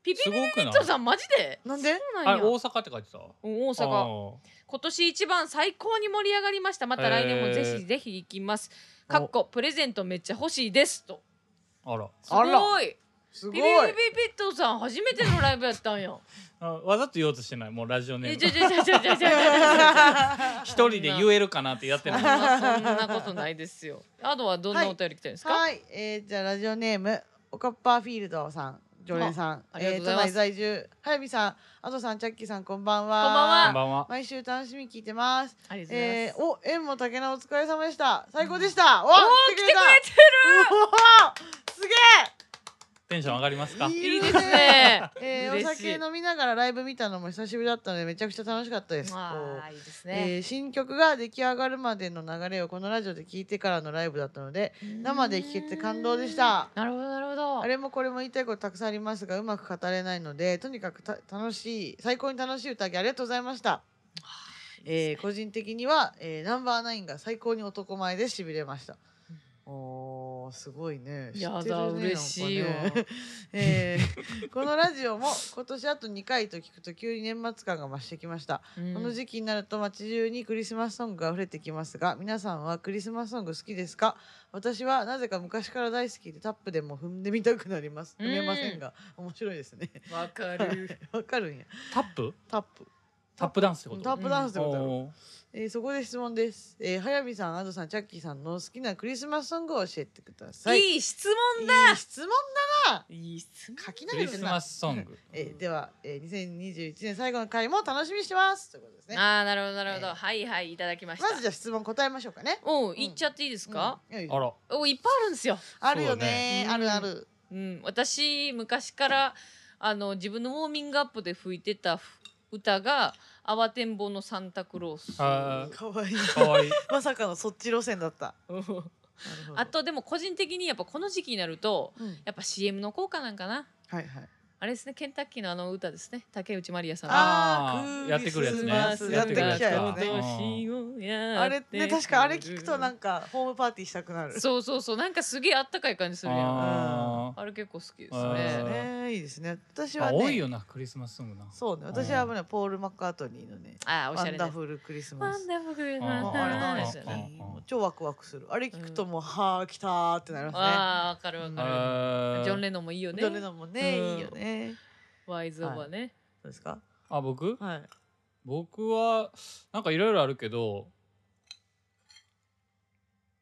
Speaker 3: ピピ
Speaker 1: す
Speaker 3: ピ
Speaker 1: ごくない
Speaker 3: ットさんマジで
Speaker 2: なんで。
Speaker 3: そう
Speaker 1: あ
Speaker 3: なん
Speaker 1: れ
Speaker 3: や
Speaker 1: 大阪って書いてた
Speaker 3: うん大阪今年一番最高に盛り上がりましたまた来年もぜひぜひ行きます
Speaker 1: お
Speaker 3: かっこプレゼントめっちゃ欲しいですと
Speaker 1: あーあら
Speaker 3: す
Speaker 2: あら
Speaker 3: ごい
Speaker 2: すご
Speaker 3: ビビビ
Speaker 2: い。
Speaker 3: ビットさん初めてのライブやったんや
Speaker 1: あわざと言おうとしてないもうラジオネ
Speaker 3: え
Speaker 1: ー
Speaker 3: ちょ
Speaker 1: ム
Speaker 3: ちょちょちょちょちょ
Speaker 1: 一人で言えるかなってやって
Speaker 3: そん
Speaker 1: ない
Speaker 3: なそんなことないですよあとはどんなお便り来てるんですか、
Speaker 2: はい、えー、じゃあラジオネームおかっぱフィールドさん常連さん
Speaker 3: あありがとうございます
Speaker 2: えー都内在住早見さんあとさんチャッキーさんこんばんは
Speaker 3: こんばんは
Speaker 1: こんばんは
Speaker 2: 毎週楽しみに聞いてます
Speaker 3: ありがとうござい
Speaker 2: え
Speaker 3: ま
Speaker 2: ー、
Speaker 3: す、
Speaker 2: お縁も竹菜お疲れ様でした最高でした、おお来てくれた
Speaker 3: 来て
Speaker 2: おーすげえ
Speaker 1: テンション上がりますか
Speaker 2: い
Speaker 3: いいですね
Speaker 2: えー、お
Speaker 3: 嬉しい
Speaker 2: 酒飲みながらライブ見たのも久しぶりだったのでめちゃくちゃ楽しかったです
Speaker 3: ま
Speaker 2: こ
Speaker 3: あ
Speaker 2: う
Speaker 3: いいです
Speaker 2: え
Speaker 3: ね、
Speaker 2: ー新曲が出来上がるまでの流れをこのラジオで聞いてからのライブだったので生で聴けて感動でした
Speaker 3: なるほどなるほど
Speaker 2: あれもこれも言いたいことたくさんありますがうまく語れないのでとにかくた楽しい最高に楽しい宴ありがとうございました、えー個人的には、えーナンバーナインが最高に男前でしびれましたおーすごいね
Speaker 3: いや
Speaker 2: 知ってる
Speaker 3: だ
Speaker 2: ね
Speaker 3: 嬉しいわ
Speaker 2: なんかねえーこのラジオも今年あと2回と聞くと急に年末感が増してきました
Speaker 3: うん
Speaker 2: この時期になると街中にクリスマスソングが溢れてきますが皆さんはクリスマスソング好きですか私はなぜか昔から大好きでタップでも踏んでみたくなります
Speaker 3: うん
Speaker 2: 踏めませんが面白いですね
Speaker 3: わかる
Speaker 2: わかるんや
Speaker 1: タップ
Speaker 2: タップ
Speaker 1: タップダンスってこと
Speaker 2: タップダンスってことだろ、
Speaker 1: おー
Speaker 2: えーそこで質問です、えー、早見さんアドさんチャッキーさんの好きなクリスマスソングを教えてくださいい
Speaker 3: いい質問
Speaker 2: い質問
Speaker 3: いい質問
Speaker 2: 書き
Speaker 1: ク
Speaker 2: 慣れ
Speaker 1: リ
Speaker 2: て
Speaker 1: ス
Speaker 2: な
Speaker 1: マ
Speaker 2: い、
Speaker 1: スソング
Speaker 2: えーでは、えー、2021年最後の回も楽しみにしてますということですね
Speaker 3: ああなるほどなるほど、
Speaker 2: えー
Speaker 3: はいはいいただきました
Speaker 2: まずじゃあ質問答えましょうかね
Speaker 3: おう言っちゃっていいですか、
Speaker 2: うんよいし
Speaker 1: あ
Speaker 2: ょ
Speaker 1: ら
Speaker 3: おいっぱいあるんですよ
Speaker 2: あるよ
Speaker 1: そうだ
Speaker 2: ね
Speaker 3: ね
Speaker 2: あるある
Speaker 3: うん私昔からあの自分のウォーミングアップで吹いてたふ歌が「慌てんぼうのサンタクロース」
Speaker 1: あ
Speaker 2: かわいい。
Speaker 1: かわいい。
Speaker 2: まさかのそっち路線だった。 なるほど
Speaker 3: あ、とでも個人的にやっぱこの時期になると
Speaker 2: うん
Speaker 3: やっぱ CM の効果なんかな
Speaker 2: はいはい。
Speaker 3: あれですねケンタッキーのあの歌ですね竹内まりやさん の
Speaker 2: あ
Speaker 1: あ
Speaker 2: ー
Speaker 1: ーやってくるやつね。
Speaker 2: クリスマス
Speaker 1: やってくるやつ
Speaker 2: やっ
Speaker 1: か
Speaker 2: てきた。あれね確かあれ聞くとなん
Speaker 3: か
Speaker 2: かホームパーティーしたくなる。
Speaker 3: そうそうそうなんかすげえあったかい感じするやん
Speaker 1: あー
Speaker 3: あれ結構好きです
Speaker 1: あ
Speaker 3: ね
Speaker 1: ー
Speaker 2: ねいいですね。私
Speaker 1: あ
Speaker 2: はね。
Speaker 1: 多いよなクリスマスソングな。
Speaker 2: そうね。私はねポールマッカートニーのね。
Speaker 3: ああーおし
Speaker 2: ワ
Speaker 3: ゃ
Speaker 2: ン
Speaker 3: れで
Speaker 2: ダ
Speaker 3: す
Speaker 2: フルクリスマ
Speaker 3: ワン
Speaker 2: ス。
Speaker 3: ダフル
Speaker 1: あ
Speaker 2: あ
Speaker 1: ー
Speaker 2: あれ大好
Speaker 1: あー
Speaker 2: き。もう超ワクワクする。あれ聞くともうはあ来たーってなりま
Speaker 3: ああわかるわか
Speaker 1: あ
Speaker 3: る
Speaker 1: ー
Speaker 3: ジョン・レノンもいいよ
Speaker 2: すね。
Speaker 3: ね
Speaker 2: どれのもね
Speaker 3: うん
Speaker 2: いいよね。
Speaker 3: ワイズ・オブはね
Speaker 2: そうですか。
Speaker 1: あ僕
Speaker 2: はい。
Speaker 1: 僕はなんかいろいろあるけど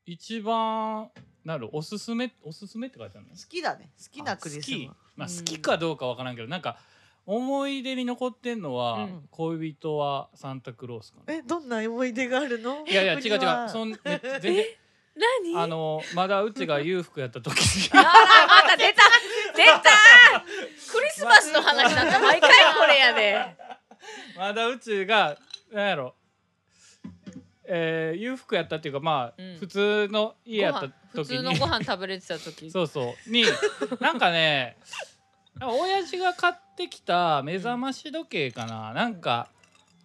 Speaker 1: 一番なるおすすめおすすめって書いてあるの
Speaker 2: 好きだね。好きなクリスマス。
Speaker 1: マ
Speaker 3: う
Speaker 1: ま
Speaker 3: ん
Speaker 1: あ、好きかどうかわからんけど、なんか思い出に残ってんのは、
Speaker 3: うん
Speaker 1: 恋人はサンタクロースかな。
Speaker 2: えどんな思い出があるの？
Speaker 1: いやいや違う
Speaker 2: 僕に
Speaker 1: 違
Speaker 2: は
Speaker 1: うそんめ全然
Speaker 3: 何
Speaker 1: あのまだうちが裕福やった時
Speaker 3: あらまた出た出たクリスマスの話なんか毎回これやで
Speaker 1: まだうちがなんやろえー、裕福やったっていうかまあ、
Speaker 3: うん
Speaker 1: 普通の家やった
Speaker 3: ご飯普
Speaker 1: 時
Speaker 3: 通の
Speaker 1: に
Speaker 3: ご飯食べれてた時
Speaker 1: そうそうになんかねなんか親父が買ってきた目覚まし時計かな、なんか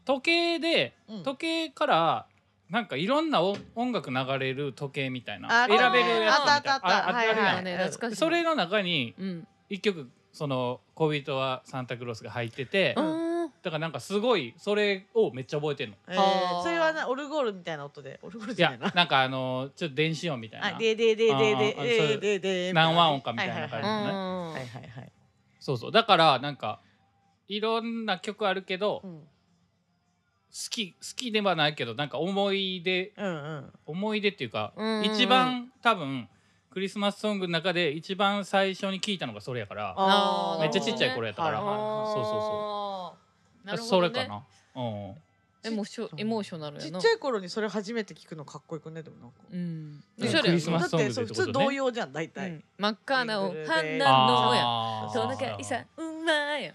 Speaker 1: 時計で
Speaker 2: うん
Speaker 1: 時計からなんかいろんなお音楽流れる時計みたいな
Speaker 2: あ
Speaker 1: 選べるやつみたいな
Speaker 3: あ
Speaker 2: ったあったあった
Speaker 1: あ
Speaker 2: はい
Speaker 1: るやん
Speaker 2: はい
Speaker 3: ね懐かしい
Speaker 1: それの中に
Speaker 3: うん
Speaker 1: 一曲その「恋人はサンタクロース」が入ってて、
Speaker 3: う
Speaker 1: だ
Speaker 3: ん
Speaker 1: からなんかすごいそれをめっちゃ覚えてんの。
Speaker 2: え
Speaker 3: あ
Speaker 2: ー
Speaker 3: ー
Speaker 2: それはなオルゴールみたいな音でオルゴール
Speaker 1: い
Speaker 2: じゃな
Speaker 1: や
Speaker 2: いな。
Speaker 1: なんかあのちょっと電子音みたい
Speaker 2: あ
Speaker 1: な
Speaker 2: でででで
Speaker 1: あ
Speaker 2: で
Speaker 1: ーあそう
Speaker 2: ででで
Speaker 1: 何和音かみたいな感じ
Speaker 2: は
Speaker 3: うん
Speaker 2: いはいはい。
Speaker 1: そうそうだからなんかいろんな曲あるけど、
Speaker 2: う
Speaker 1: 好
Speaker 2: ん
Speaker 1: き好きではないけどなんか思い出
Speaker 2: うんうん。
Speaker 1: 思い出っていうか、
Speaker 3: うんうんうん
Speaker 1: 一番多分クリスマスソングの中で一番最初に聞いたのがそれやから
Speaker 3: あー
Speaker 1: めっちゃちっちゃい頃やったから、
Speaker 2: はいは
Speaker 1: そうそうそう
Speaker 3: そうなるほ
Speaker 1: そ
Speaker 3: ど
Speaker 1: れ
Speaker 3: ね
Speaker 1: かな、うん、
Speaker 3: エモーショエモーショナル
Speaker 2: ち
Speaker 3: や
Speaker 2: っ
Speaker 3: な
Speaker 2: ちゃい頃にそれ初めて聞くのかっこよくねでもなんか。
Speaker 3: うん
Speaker 1: うん
Speaker 3: おしゃれやな
Speaker 1: クリスマスソングで
Speaker 2: だっ
Speaker 1: ってて
Speaker 2: そ
Speaker 1: こ
Speaker 2: う
Speaker 1: とね
Speaker 2: 普通童謡じゃん大
Speaker 3: う
Speaker 2: 体
Speaker 3: ん。真っ赤なお花のや
Speaker 1: あー
Speaker 3: そうだからいさうまいや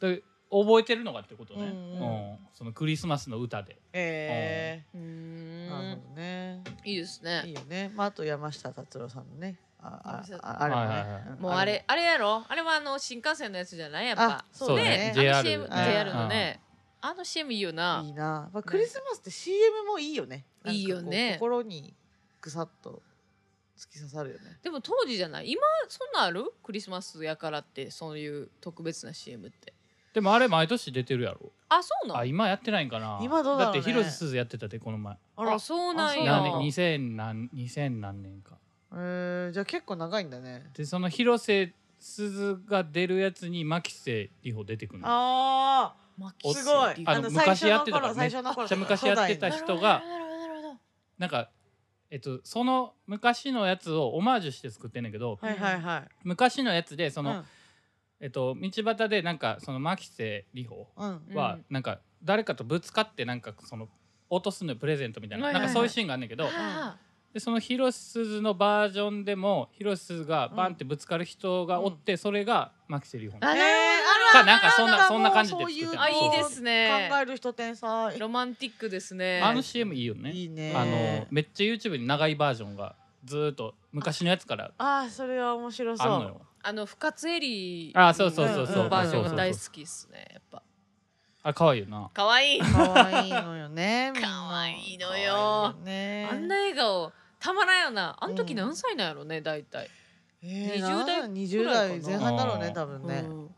Speaker 1: で覚えてるのがってことね、
Speaker 2: う
Speaker 1: うんん
Speaker 2: うん
Speaker 1: そのクリスマスの歌で
Speaker 2: え
Speaker 3: う
Speaker 2: え。なる
Speaker 3: ん
Speaker 2: ほどね。
Speaker 3: いいです
Speaker 2: い
Speaker 3: ね
Speaker 2: いよね。まああと山下達郎さんのね。ああ
Speaker 3: 山下
Speaker 2: ああれも
Speaker 1: はいはいは
Speaker 2: ね
Speaker 1: い。
Speaker 2: ん
Speaker 3: もうあれあれやろあれはあの新幹線のやつじゃないやっ
Speaker 2: あ
Speaker 3: ぱ
Speaker 2: そうだ
Speaker 1: ね
Speaker 2: ね。
Speaker 3: あの
Speaker 1: JR
Speaker 3: CM
Speaker 1: ね
Speaker 3: JR のねあの CM いいよない
Speaker 2: いな。まあクリスマスって CM もいいよね。なんかこう
Speaker 3: いいよね
Speaker 2: 心にぐさっと突き刺さるよね。
Speaker 3: でも当時じゃない今そんなんあるクリスマスやからってそういう特別な CM って
Speaker 1: でもあれ毎年出てるやろ
Speaker 3: あそうな
Speaker 1: あ
Speaker 3: ん
Speaker 1: 今やってないんかな
Speaker 2: 今どうだろうね
Speaker 1: って広瀬すずやってたでこの前
Speaker 2: あら
Speaker 3: あ。そうなん
Speaker 2: あ
Speaker 3: や
Speaker 2: そ
Speaker 1: 何
Speaker 2: うなん
Speaker 1: 年
Speaker 2: だ
Speaker 1: 2000何2000何年か
Speaker 2: えーじゃあ結構長いんだね。
Speaker 1: でその広瀬すずが出るやつに牧瀬里穂出てくるの
Speaker 2: あ
Speaker 3: マ
Speaker 2: あ
Speaker 1: お
Speaker 3: キ
Speaker 2: すごい。
Speaker 1: あの
Speaker 2: の最初
Speaker 1: 昔やって
Speaker 2: の
Speaker 1: たか
Speaker 2: 頃
Speaker 1: ら
Speaker 2: 最初の頃
Speaker 1: めっちゃ昔やってた
Speaker 2: 初代の
Speaker 1: 人が
Speaker 3: なるほどなるほどなる
Speaker 1: なんかえっとその昔のやつをオマージュして作ってんねんけど
Speaker 2: はいはいはい。
Speaker 1: 昔のやつでその、
Speaker 2: うん
Speaker 1: えっと道端でなんかその牧瀬里穂
Speaker 2: うん
Speaker 3: ほど
Speaker 1: はなんか誰かとぶつかってなんかその落とすのプレゼントみたい
Speaker 3: は
Speaker 1: ない
Speaker 3: は
Speaker 1: ないんか
Speaker 3: はい
Speaker 1: そういうシーンがあんねんけど
Speaker 3: あ
Speaker 1: でその広瀬すずのバージョンでも広瀬すずがバンってぶつかる人がおってそれが牧瀬里
Speaker 3: ー
Speaker 1: 穂
Speaker 2: えー
Speaker 3: あなる
Speaker 1: か
Speaker 2: あるある
Speaker 1: なんかそん
Speaker 2: ある
Speaker 1: なそんな感じで
Speaker 2: も
Speaker 1: 作
Speaker 2: う
Speaker 1: っ
Speaker 2: そ
Speaker 1: てる
Speaker 2: ういう
Speaker 3: ほどあいいですね
Speaker 2: 考える人天才。
Speaker 3: ロマンティックですね
Speaker 1: あの CM いいよね
Speaker 2: いいね。
Speaker 1: あのめっちゃ YouTube に長いバージョンがずーっと昔のやつから
Speaker 2: あーそれは面白
Speaker 1: あ
Speaker 2: そ
Speaker 1: ん
Speaker 2: う。
Speaker 1: のよ
Speaker 3: あの深津絵里
Speaker 1: あそうそう
Speaker 2: そうそう
Speaker 3: のバージョ
Speaker 2: そう
Speaker 3: ンが
Speaker 2: そう
Speaker 1: そう
Speaker 3: 大好きですねやっぱ
Speaker 1: あ可愛いよな
Speaker 3: 可愛い
Speaker 2: 可愛いのよね。みんな
Speaker 3: 可愛いのよ
Speaker 2: 可愛いよね。
Speaker 3: あんな笑顔たまらんよなあの時何歳なんやろね大体
Speaker 2: えー
Speaker 3: 20
Speaker 2: なんだ
Speaker 3: 代
Speaker 2: 20
Speaker 3: くらいかな
Speaker 2: 代前半だろうね
Speaker 1: うん
Speaker 2: 多分ね。
Speaker 3: うん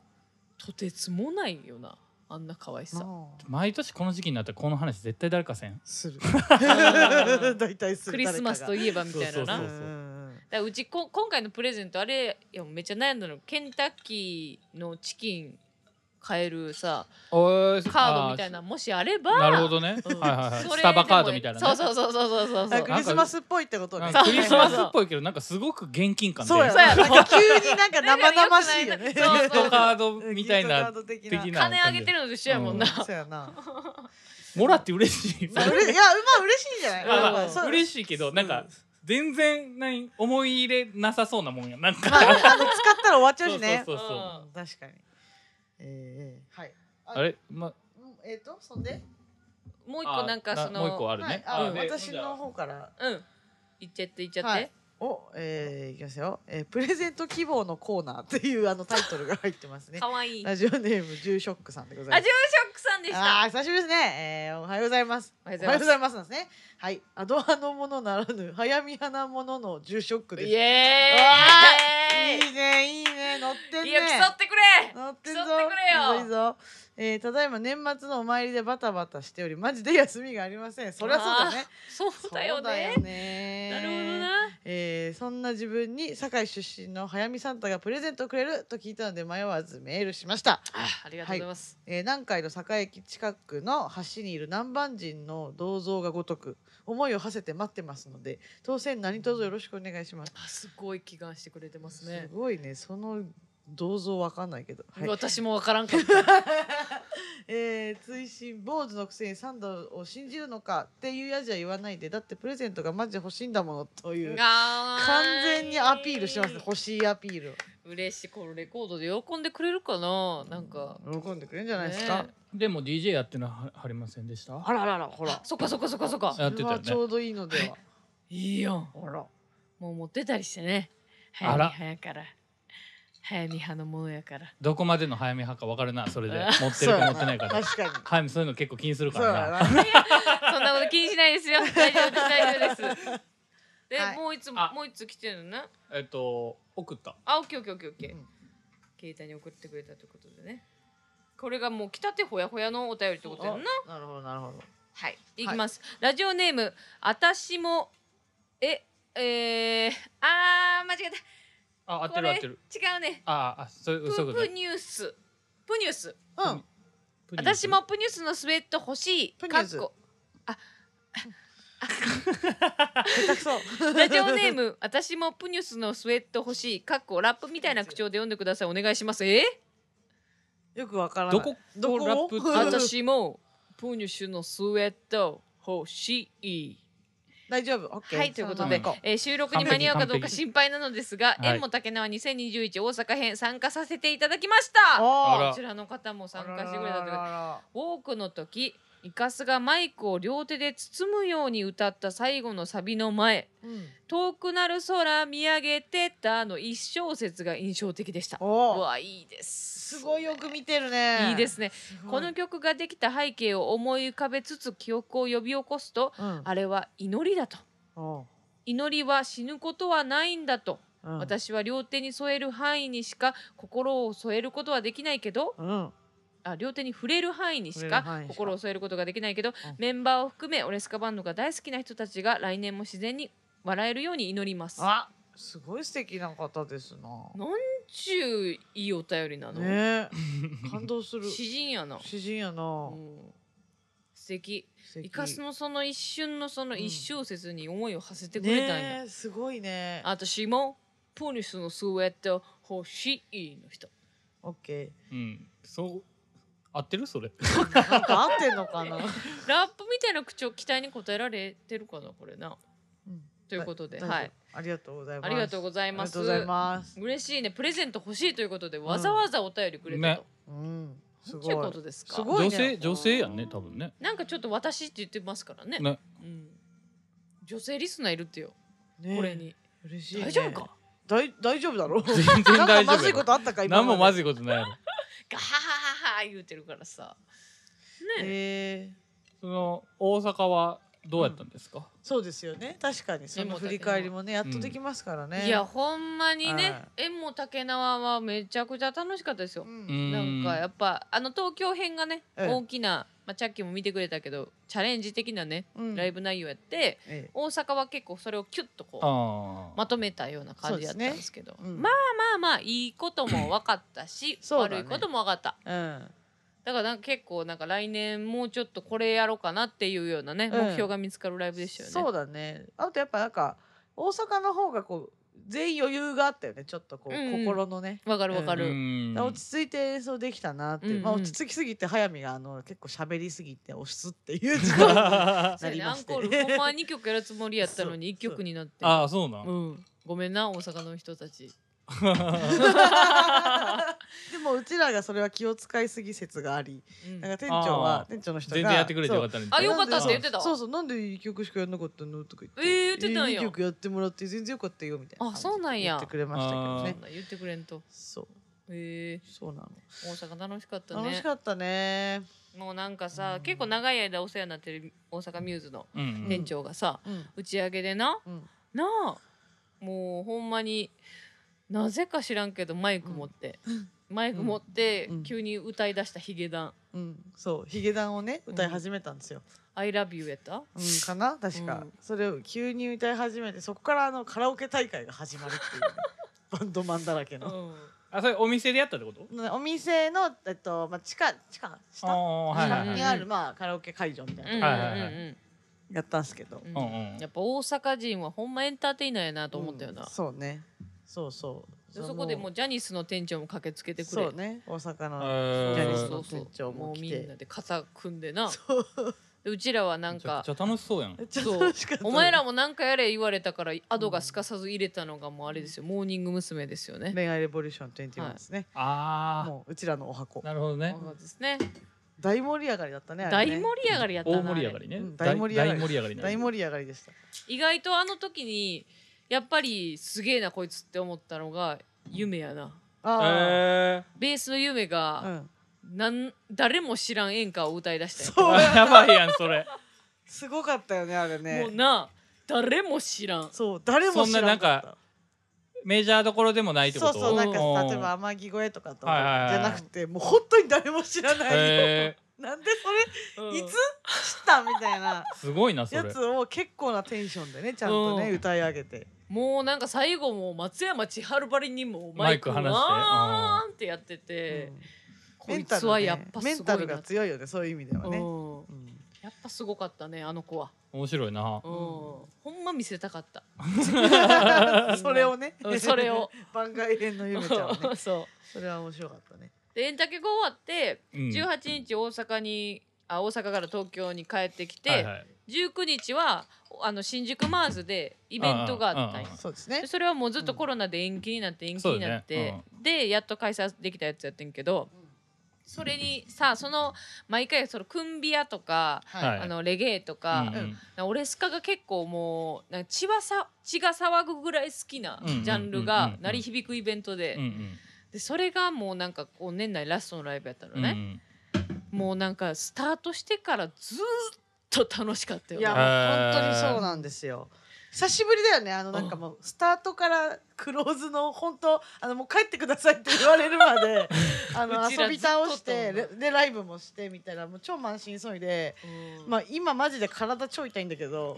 Speaker 3: とてつもないよなあんな可愛さ
Speaker 2: なあ
Speaker 1: 毎年この時期になったらこの話絶対誰かせん
Speaker 2: する
Speaker 3: う。ん
Speaker 2: 大体する。
Speaker 3: クリスマスと
Speaker 2: い
Speaker 3: いえばみたいな
Speaker 1: そう
Speaker 3: な
Speaker 1: そう
Speaker 3: だ
Speaker 1: そ
Speaker 3: か
Speaker 1: う
Speaker 3: らうちこ今回のプレゼントあれいやめっちゃ悩んだのケンタッキーのチキン買えるさ
Speaker 1: おー
Speaker 3: カードみたいなもしあれば
Speaker 1: なるほどね、
Speaker 3: うん
Speaker 1: はいはいはい
Speaker 3: それでも
Speaker 1: スタバカードみたいなね
Speaker 3: そうそうそうそうそうそうそう
Speaker 2: クリスマスっぽいってことね。
Speaker 1: なんかクリスマス
Speaker 3: そう
Speaker 1: っぽいけどなんかすごく現金感で
Speaker 2: そうや
Speaker 1: ギ
Speaker 2: な。
Speaker 3: そうや
Speaker 2: なんか急になんか生々しいよね。
Speaker 3: なんか良くないなそう
Speaker 1: フトカードみたい
Speaker 2: ギフトカー
Speaker 1: な
Speaker 2: ド的
Speaker 1: 的な
Speaker 3: 金あげてるのと一緒やもんな、
Speaker 1: う
Speaker 2: そうやな。
Speaker 1: もらって嬉しい
Speaker 2: まあうれいや、まあ嬉しいんじゃない。
Speaker 1: まあ
Speaker 2: ま
Speaker 1: ま
Speaker 2: あ
Speaker 1: あ
Speaker 2: そう
Speaker 1: 嬉しいけどなんか全然何思い入れなさそうなもんやなん
Speaker 2: まあ、あの
Speaker 1: か
Speaker 2: 使ったら終わっちゃうしね。
Speaker 1: そうそうそう
Speaker 3: うん
Speaker 2: うん確かに。ええはい。
Speaker 1: あれま
Speaker 2: うんえっ、と、そんで。
Speaker 3: もう一
Speaker 1: あ
Speaker 3: 個なんかその
Speaker 1: もう一個あるね、
Speaker 2: はい、あ、
Speaker 1: あ
Speaker 2: うん
Speaker 1: で
Speaker 2: 私の方から。
Speaker 3: うん言っちゃって言っちゃって、
Speaker 2: はいお、えー、いきますよ、えー。プレゼント希望のコーナーっていうあのタイトルが入ってますね
Speaker 3: か。わいいあ
Speaker 2: ラジオネームジューショックさんでございま
Speaker 3: 住
Speaker 2: す。
Speaker 3: 職さんでした
Speaker 2: あー久しぶりですね、えー。おはようございます。
Speaker 3: おはよう
Speaker 2: お
Speaker 3: ご
Speaker 2: は
Speaker 3: ざ
Speaker 2: よ
Speaker 3: いう
Speaker 2: ご
Speaker 3: ま
Speaker 2: ざいますなんですね。はい。アド派のものならぬ、早見派なもののジューショック
Speaker 3: す
Speaker 2: です。
Speaker 3: イエーイ
Speaker 2: いいね、いいね、乗ってんね。
Speaker 3: いいよ競ってくれ
Speaker 2: 乗ってんぞ
Speaker 3: 競ってくれよ
Speaker 2: いいぞえーただいま年末のお参りでバタバタしておりマジで休みがありませんそりゃそうだね
Speaker 3: そうだ
Speaker 2: そ
Speaker 3: よね
Speaker 2: うだよね
Speaker 3: なるほどな
Speaker 2: えーそんな自分に堺出身の早見サンタがプレゼントをくれると聞いたので迷わずメールしました、
Speaker 3: あありがとうございます、
Speaker 2: えー南海の堺駅近くの橋にいる南蛮人の銅像がごとく思いを馳せて待ってますので当選何卒よろしくお願いします
Speaker 3: あすごい祈願してくれてますね
Speaker 2: すごいねその銅像わかんないけど、はい
Speaker 3: 私もわからんかった
Speaker 2: えー、追伸坊主のくせにサンドを信じるのかっていうやじは言わないでだってプレゼントがマジで欲しいんだものという
Speaker 3: 完
Speaker 2: 完全にアピールしてますね欲しいアピール
Speaker 3: 嬉しいこのレコードで喜んでくれるかななんか
Speaker 2: 喜んでくれるんじゃないですか、
Speaker 3: ね
Speaker 1: でも DJ やってのははりませんでした
Speaker 2: あらららほら
Speaker 3: そっかそっかそっかそっか
Speaker 1: やってたよね
Speaker 2: それはちょうどいいのではい
Speaker 3: いやん
Speaker 2: ほら
Speaker 3: もう持ってたりしてね
Speaker 1: あ
Speaker 3: 早見
Speaker 1: ら
Speaker 3: 早から早見派のものやから
Speaker 1: どこまでの早め派か分かるなそれで
Speaker 3: あ
Speaker 1: 持ってるか持ってないか
Speaker 2: そう
Speaker 1: で
Speaker 2: や確かに
Speaker 1: 早めそういうの結構気にするか
Speaker 2: そう
Speaker 1: らな
Speaker 2: だな
Speaker 3: そんなこと気にしな いですよ大丈夫です大丈夫ですで、
Speaker 2: はい
Speaker 3: もういつも
Speaker 1: あ
Speaker 3: もういつ来てるのね
Speaker 1: えっと送った
Speaker 3: あオッケーオッケーオッケーオッケー、
Speaker 2: うん
Speaker 3: 携帯に送ってくれたということでねこれがもう来たてほやほやのお便りってことやんな
Speaker 2: なるほどなるほど
Speaker 3: はい、いきます。ラジオネーム、あたしも。え、えー、あー、間違え
Speaker 1: あ合
Speaker 3: た。
Speaker 1: って
Speaker 3: こ
Speaker 1: る合
Speaker 3: れ
Speaker 1: ってる
Speaker 3: 違うね。
Speaker 1: ああそうい
Speaker 3: プ
Speaker 1: うそういうことね
Speaker 3: プニュース。プニュース。
Speaker 2: うん
Speaker 1: プニュース
Speaker 3: 私もプニュースのスウェット欲しい。
Speaker 2: プニュース
Speaker 3: かっこ
Speaker 2: 下手くそ
Speaker 3: ラジオネーム、私もプニュースのスウェット欲しい。かっこラップみたいな口調で読んでください。お願いします。え
Speaker 2: よくわからない
Speaker 1: どこ
Speaker 2: どこ
Speaker 1: ラップ
Speaker 2: うん
Speaker 3: 私もプニュースのスウェット欲しい。
Speaker 2: 大丈夫オッケー
Speaker 3: はいということで
Speaker 1: そのまま行こ、
Speaker 3: えー収録に間に合うかどうか心配なのですが、
Speaker 1: 完璧
Speaker 3: 縁も竹縄2021大阪編参加させていただきました。
Speaker 1: あら
Speaker 3: こちらの方も参加してくれたということで
Speaker 2: か
Speaker 3: ウォークの時イカスがマイクを両手で包むように歌った最後のサビの前
Speaker 2: うん
Speaker 3: 「遠くなる空見上げてた」の一小節が印象的でした。う
Speaker 2: おー
Speaker 3: わいいです。
Speaker 2: すごいよく見てるね
Speaker 3: いいですね。
Speaker 2: すご
Speaker 3: こ
Speaker 2: い
Speaker 3: の曲ができた背景を思い浮かべつつ記憶を呼び起こすと
Speaker 2: うん
Speaker 3: あれは祈りだと
Speaker 2: お
Speaker 3: 祈りは死ぬことはないんだと
Speaker 2: ううん
Speaker 3: 私は両手に添える範囲にしか心を添えることはできないけど
Speaker 2: うん
Speaker 3: あ両手に触れる範囲にし
Speaker 2: 触れる
Speaker 3: か
Speaker 2: 範囲しか
Speaker 3: 心を添えることができないけど、メンバーを含めオレスカバンドが大好きな人たちが来年も自然に笑えるように祈ります。
Speaker 2: あ、すごい素敵な方ですな。
Speaker 3: ちゅういいお便りなの、
Speaker 2: ねえ、感動 する。
Speaker 3: 詩人やな、
Speaker 2: 詩人やな
Speaker 3: う。ん素敵
Speaker 2: 素敵
Speaker 3: イカスのその一瞬のその一小節に思いを馳せてくれたんや、
Speaker 2: ねえ、すごいね。
Speaker 3: 私もプニスのスウェット欲しいの人
Speaker 2: オッケ
Speaker 1: うんそう合ってるそれ
Speaker 2: ー。なんか合ってんのかな。
Speaker 3: ラップみたいな口調期待に応えられてるかなこれな
Speaker 2: うん
Speaker 3: ということで
Speaker 2: 大丈夫
Speaker 3: はい
Speaker 2: ありがとうございます。
Speaker 3: ありがとうございま
Speaker 2: ありが
Speaker 3: す
Speaker 2: とうございます。
Speaker 3: 嬉しいねプレゼント欲しいということでわざわざお便りくれた
Speaker 1: ね
Speaker 3: と、
Speaker 2: うん、す
Speaker 3: という
Speaker 2: ご
Speaker 3: こ
Speaker 2: い
Speaker 3: と。ですか
Speaker 2: すごい
Speaker 1: 女
Speaker 2: ね
Speaker 1: 性女性やんね多分ね
Speaker 3: なんかちょっと私って言ってますからね
Speaker 1: ね
Speaker 3: うん、女性リスナーいるってよ、
Speaker 2: ねえ
Speaker 3: これ。に
Speaker 2: 嬉しいね。
Speaker 3: 大丈夫か
Speaker 2: 大大丈夫だろう。
Speaker 1: 全然
Speaker 2: なんか
Speaker 1: 大丈
Speaker 2: まずいこ
Speaker 1: 夫
Speaker 2: とあったか今。
Speaker 1: 何もま
Speaker 2: ず。
Speaker 1: ずいことないやろ
Speaker 3: ガハハハハ言うてるからさね
Speaker 2: ええ、
Speaker 1: その大阪はどうやったんですか
Speaker 2: そうですよね。確かにその振り返りもね、やっとできますからね。
Speaker 3: いやほんまにね、
Speaker 2: は
Speaker 3: 縁も竹縄はめちゃくちゃ楽しかったですよ
Speaker 2: う、。
Speaker 1: うんん
Speaker 3: なんかやっぱあの東京編がね、
Speaker 2: ええ
Speaker 3: 大きな、まあ、チャッキーも見てくれたけどチャレンジ的なね
Speaker 2: うん
Speaker 3: ライ。ブ内容やって、
Speaker 2: ええ
Speaker 3: 大阪は結構それをキュッとこう
Speaker 1: ああ
Speaker 3: まとめたような感じだったんですけど
Speaker 2: すねうん
Speaker 3: まあまあまあいいことも分かった し、
Speaker 2: そうだ
Speaker 3: 悪
Speaker 2: ね
Speaker 3: いことも分かった
Speaker 2: うん。
Speaker 3: だからなんか結構なんか来年もうちょっとこれやろうかなっていうようなね、
Speaker 2: うん
Speaker 3: 目標が見つかるライブでしたよね
Speaker 2: そうだねあとやっぱなんか大阪の方がこう全員余裕があったよねちょっとこう、
Speaker 3: うんうん
Speaker 2: 心のね
Speaker 3: わかるわかる、
Speaker 1: うん
Speaker 2: 落 ち着いて演奏できたなって、
Speaker 3: うんうん
Speaker 2: まあ、落ち着きすぎて早見があの結構喋りすぎて押すっていう事故に
Speaker 3: そうやね
Speaker 2: なりま
Speaker 3: アン
Speaker 2: し
Speaker 3: コ
Speaker 2: て
Speaker 3: ールほんまは2曲やるつもりやったのに1曲になって
Speaker 1: ああそうな
Speaker 3: うんんごめんな大阪の人たち
Speaker 2: でもうちらがそれは気を使いすぎ説があり
Speaker 3: うん
Speaker 2: なんか店長
Speaker 1: あー
Speaker 2: は店長の人が
Speaker 1: 全然やってくれてよかったね
Speaker 3: あよかったって言ってた
Speaker 2: そうそうなんでいい曲しかやんなかったのとか言って、
Speaker 3: えー言ってたんや
Speaker 2: いい曲やってもらって全然よかったよみたいな感じで
Speaker 3: あそうなんや
Speaker 2: 言ってくれましたけど
Speaker 3: そ
Speaker 2: ね
Speaker 3: んなん言ってくれんと
Speaker 2: そう
Speaker 3: へえ
Speaker 2: そうなの、
Speaker 3: 大阪楽しかったね
Speaker 2: 楽しかったね、
Speaker 3: もうなんかさ、
Speaker 2: うん
Speaker 3: 結構長い間お世話になってる大阪ミューズの
Speaker 1: うんうん
Speaker 3: 店長がさ、
Speaker 2: うん
Speaker 3: 打ち上げでな
Speaker 2: うん、
Speaker 3: なあもうほんまになぜか知らんけどマイク持って、マイク持って、
Speaker 2: うん
Speaker 3: 急に歌い出したヒゲダン
Speaker 2: うん、そうヒゲダンをね歌い始めたんですよ、
Speaker 3: 「ILOVEYOU」やった
Speaker 2: うんかな確か、
Speaker 3: うん
Speaker 2: それを急に歌い始めてそこからあのカラオケ大会が始まるっていうね、バンドマンだらけ
Speaker 3: う
Speaker 2: の、
Speaker 3: ん
Speaker 1: あそれお店でやったってこと
Speaker 2: お店の、えっとまあ、地下地下
Speaker 1: あ
Speaker 2: 下
Speaker 1: あはいはい
Speaker 2: 下
Speaker 1: はい
Speaker 2: にある、まあ、カラオケ会場みたいな
Speaker 3: う
Speaker 1: はいは
Speaker 2: とこ
Speaker 3: んうんう
Speaker 1: いは
Speaker 3: ん
Speaker 2: やったんですけど、
Speaker 3: うん
Speaker 1: うんうん
Speaker 3: やっぱ大阪人はほんまエンターテイナーやなと思ったよな、
Speaker 2: うんそうねそうそう
Speaker 3: でそこでもうジャニスの店長も駆けつけてくれ
Speaker 2: そうね大阪
Speaker 1: え
Speaker 2: の
Speaker 3: そう
Speaker 2: ジャニ
Speaker 1: ー
Speaker 2: スの店長も来て
Speaker 3: うみんなで肩組んでな
Speaker 2: そう
Speaker 3: でうちらはな
Speaker 1: なんんか
Speaker 3: か
Speaker 1: めっちゃ楽しそうやん
Speaker 2: めっちゃ
Speaker 3: そう
Speaker 2: 楽しかった
Speaker 3: お前らもなんかやれ言われたからアドがすかさず入れたのがもうあれですよ、モーニング娘。ですよね。
Speaker 2: 恋愛レボリューション21ですね、
Speaker 1: あ
Speaker 2: もううちらのお箱
Speaker 1: あなるほどね
Speaker 3: そうですね
Speaker 2: 大盛り上がりだったねあれ
Speaker 3: 大
Speaker 2: ね
Speaker 3: 盛り上がりやったな
Speaker 1: 大盛り上がりね
Speaker 2: うん大盛り上がり
Speaker 1: 大盛り上がりね
Speaker 2: 大盛り上がりでした
Speaker 3: あれ意外とあの時にやっぱりすげえなこいつって思ったのが夢やな
Speaker 2: あ
Speaker 1: え
Speaker 3: ベースの夢
Speaker 2: あ、
Speaker 3: が、
Speaker 2: うん
Speaker 3: なん誰も知らん演歌を歌いだした
Speaker 2: そう
Speaker 1: ー、 やばいやんそれ
Speaker 2: すごかったよねあれ
Speaker 3: やんも
Speaker 2: ね
Speaker 3: うな誰も知らん
Speaker 2: そう誰も知らなか
Speaker 1: そんな
Speaker 2: った
Speaker 1: メジャーどころでもないってこ
Speaker 2: そ
Speaker 1: と
Speaker 2: うそうなんか
Speaker 1: おー
Speaker 2: 例えば天城越えとかと
Speaker 1: はいはいはい
Speaker 2: かじゃなくてもう本当に誰も知らない、
Speaker 1: へ
Speaker 2: なんでそ
Speaker 3: うん
Speaker 2: れいつ知ったみたいな
Speaker 1: ー、すごいなそ
Speaker 2: や
Speaker 1: れ
Speaker 2: つを結構なテンションでねちゃんとね
Speaker 3: うん
Speaker 2: 歌い上げて
Speaker 3: もうなんか最後も松山千春ばりにもマイク
Speaker 1: マイク離して
Speaker 3: わーんってやってて、こ
Speaker 2: メン
Speaker 3: い
Speaker 2: タ
Speaker 3: つ
Speaker 2: ル
Speaker 3: は
Speaker 2: が
Speaker 3: やっぱ
Speaker 2: メ
Speaker 3: す
Speaker 2: ン
Speaker 3: ご
Speaker 2: タ
Speaker 3: い
Speaker 2: ル
Speaker 3: な
Speaker 2: が
Speaker 3: って
Speaker 2: 強いよねそういう意味では
Speaker 3: う
Speaker 2: ね
Speaker 3: ん
Speaker 2: うん
Speaker 3: やっぱすごかったねあの子は、
Speaker 1: 面白いな
Speaker 3: うん、ほんま見せたかった、
Speaker 2: それをね
Speaker 3: うんそ れを
Speaker 2: 番外編のゆめち ゃんをね
Speaker 3: そう
Speaker 2: それは面白かったね
Speaker 3: でエンタケが終わって
Speaker 1: うん
Speaker 3: 18日大阪に、あ大阪から東京に帰ってきて、
Speaker 1: はいはい
Speaker 3: 19日はあの新宿マーズでイベントがあったん
Speaker 1: ああ
Speaker 3: や
Speaker 1: ああ
Speaker 2: そうですね
Speaker 3: でそれはもうずっとコロナで延期になって延期になって、
Speaker 1: そうだね
Speaker 3: でやっと開催できたやつやってんけどそれにさその毎回そのクンビアとか、
Speaker 1: はい
Speaker 3: あのレゲエとか、
Speaker 1: うんうん
Speaker 3: なオレスカが結構もうなんか血はさ血が騒ぐぐらい好きなジャン
Speaker 1: うんうん
Speaker 3: ル
Speaker 1: うん
Speaker 3: が
Speaker 1: うん
Speaker 3: 鳴り響くイベントで,、
Speaker 1: うんうん
Speaker 3: でそれがもうなんかこう年内ラストのライブやった
Speaker 1: う
Speaker 3: の
Speaker 1: んう
Speaker 3: ね、
Speaker 1: ん
Speaker 3: もうなんかスタートしてからずーっと楽しかったよ
Speaker 2: いや
Speaker 1: へー
Speaker 2: 本当にそうなんですよ久しぶりだよねあのなんかもうスタートからクローズの本当あのもう帰ってくださいって言われるま であの
Speaker 3: うちら
Speaker 2: 遊び倒して
Speaker 3: ずっと
Speaker 2: でライブもしてみたいなもう超満身創痍で、
Speaker 3: うん
Speaker 2: まあ、今マジで体超痛いんだけ ど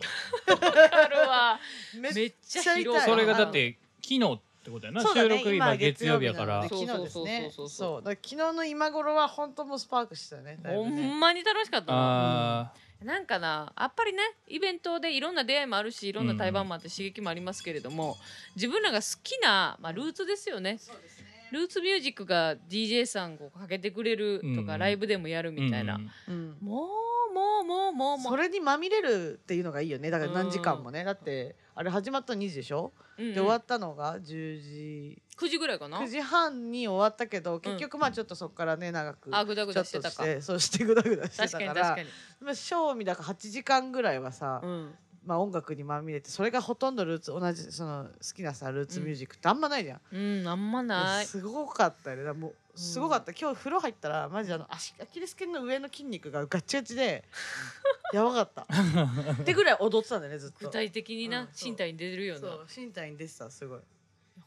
Speaker 3: わかるわ
Speaker 2: め
Speaker 3: めっちゃ疲労
Speaker 2: めっちゃ痛い
Speaker 1: それがだって昨日ってことやな、
Speaker 2: そうだ
Speaker 1: 収
Speaker 2: ね
Speaker 1: 録今月曜日やから
Speaker 2: 今月曜日なんで昨日ですね
Speaker 3: そうそ
Speaker 2: そう
Speaker 3: うそうそう
Speaker 2: だから昨日の今頃は本当もうスパークしてたねだい
Speaker 3: ほ
Speaker 2: ぶね
Speaker 3: んまに楽しかったな
Speaker 1: あ
Speaker 3: なんかなやっぱりねイベントでいろんな出会いもあるしいろんな対バンもあって刺激もありますけれども、自分らが好きな、まあ、ルーツですよね
Speaker 2: そうですね
Speaker 3: ルーツミュージックが DJ さんをかけてくれるとか、
Speaker 1: うん
Speaker 3: ライブでもやる
Speaker 1: ー
Speaker 3: みたいな、
Speaker 1: うん
Speaker 2: うん
Speaker 3: もうもうもうもうも、
Speaker 2: そうれにまみれるっていうのがいいよねだから何時間もね、だってあれ始まったの2時でしょ、
Speaker 3: うんうん
Speaker 2: で終わったのが10時
Speaker 3: 9時ぐらいかな
Speaker 2: 9時半に終わったけど結局まあちょっとそこからね長くちょ
Speaker 3: あ
Speaker 2: っ
Speaker 3: ぐだぐ
Speaker 2: と
Speaker 3: だしてた
Speaker 2: し
Speaker 3: か
Speaker 2: てそうしてグダグダして
Speaker 3: 確
Speaker 2: た
Speaker 3: かに
Speaker 2: か
Speaker 3: 確
Speaker 2: ら
Speaker 3: かに、
Speaker 2: まあ賞味だから8時間ぐらいはさ
Speaker 3: うん、
Speaker 2: まあ音楽にまみれてそれがほとんどルーツ同じその好きなさルーツミュージックってあんまないじゃん。
Speaker 3: うん、あんまない
Speaker 2: すごかったよねだからもうすごかった、今日風呂入ったらマジあの足アキレス腱の上の筋肉がガッチガチで やばかったってぐらい踊ってたんだよねずっと
Speaker 3: 具体的にな、
Speaker 2: うんそう
Speaker 3: 身体に出るよう
Speaker 2: そ
Speaker 3: な
Speaker 2: う身体に出てたすごい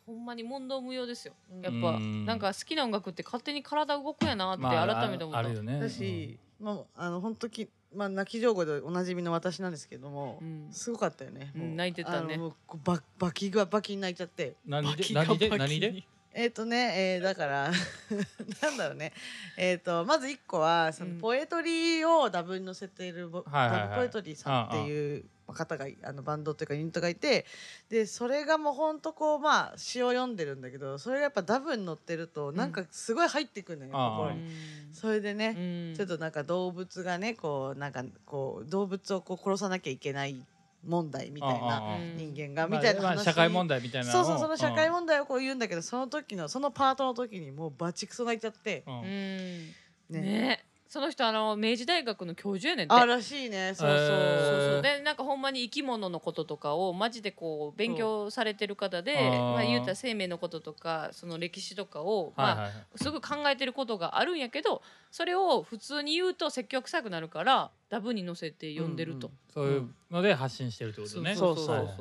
Speaker 3: ほんまに問答無用ですよ
Speaker 2: うん
Speaker 3: やっぱ
Speaker 1: うん
Speaker 3: なんか好きな音楽って勝手に体動くやなって改めて思った、
Speaker 1: あるよね
Speaker 2: だし、もうあの本当きまあ泣き上手でおなじみの私なんですけども、
Speaker 3: うん
Speaker 2: すごかったよね、
Speaker 3: うん
Speaker 2: もう
Speaker 3: 泣いてたね
Speaker 2: あのもうこうババキがバキに泣いちゃって
Speaker 1: 何で
Speaker 2: バキが
Speaker 1: 何で
Speaker 2: バキ
Speaker 1: 何で
Speaker 2: にえっ、とね、えーだから なんだろうねえっ、とまず一個はその
Speaker 3: うん
Speaker 2: ポエトリーをダブに載せているボ、
Speaker 1: はいはいはい
Speaker 2: ダブポエトリーさんっていう方があのバンドっていうかユニットがいてでそれがもうほんとこうまあ詩を読んでるんだけどそれがやっぱダブに載ってるとなんかすごい入ってくるのよ、
Speaker 1: ああ
Speaker 2: 心に。それでね、ちょっとなんか動物がねこうなんかこう動物をこう殺さなきゃいけない問題みたいな
Speaker 1: ああああ
Speaker 2: 人間が
Speaker 1: ま
Speaker 2: み
Speaker 1: あ
Speaker 2: たいな話、
Speaker 1: まあ社会問題みたいな
Speaker 2: そうそうその社会
Speaker 1: 問
Speaker 2: 問題をこう言うんだけど、その時のそのパートの時にもうバチクソ泣いちゃって、
Speaker 1: 題、うんうん
Speaker 3: ね
Speaker 2: ね
Speaker 3: その人あの明治大学の教授やねんて
Speaker 2: あらしいねそうそう、
Speaker 1: えー
Speaker 3: そうそう
Speaker 1: へー
Speaker 3: でなんかほんまに生き物のこととかをマジでこう勉強されてる方で、
Speaker 1: うんあー
Speaker 3: まあ、言うたら生命のこととかその歴史とかを、
Speaker 1: はい
Speaker 3: ま
Speaker 1: はい
Speaker 3: あ、すぐ考えてることがあるんやけどそれを普通に言うと説教臭くなるからダブに載せて読んでると。
Speaker 1: そういうので発信してるってことね
Speaker 2: そうそうそう
Speaker 1: はいはい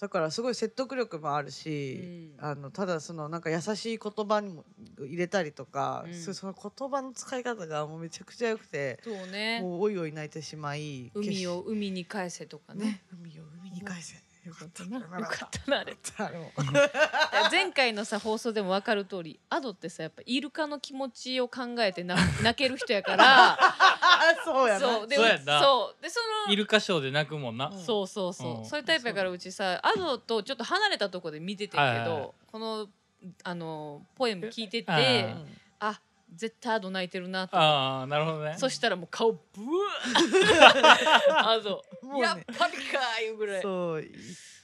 Speaker 2: だからすごい説得力もある
Speaker 3: う
Speaker 2: し、
Speaker 3: ん
Speaker 2: あのただそのなんか優しい言葉にも入れたりとか、
Speaker 3: うん
Speaker 2: そその言葉の使い方がもうめちゃくちゃ良くて、
Speaker 3: そうね
Speaker 2: もうおいおい泣いてしまい
Speaker 3: 海を海に返せとかね。
Speaker 2: ね海を海に返せよかった
Speaker 3: なよ
Speaker 2: よ
Speaker 3: か
Speaker 2: か
Speaker 3: ったなあれ
Speaker 2: ったあれも
Speaker 3: 前回のさ放送でも分かる通りアドってさやっぱイルカの気持ちを考 えてな泣ける人やから
Speaker 2: あ そうやな
Speaker 3: そうで
Speaker 1: そうやな
Speaker 3: そうでその
Speaker 1: イルカショーで泣くもんな、
Speaker 2: うん
Speaker 3: そうそうそう、
Speaker 1: うん
Speaker 3: そういうタイプやからうちさアドとちょっと離れたとこで見ててんけど、
Speaker 1: はいはいはい
Speaker 3: このあのポエム聞いてて
Speaker 1: はいはいは
Speaker 2: う
Speaker 1: い
Speaker 2: ん
Speaker 3: あ絶対アド泣いてるなと
Speaker 1: ああなるほどね
Speaker 3: そしたらもう顔ブ ワーアド、
Speaker 2: もうね
Speaker 3: やっぱりかーいうぐらい
Speaker 2: そうい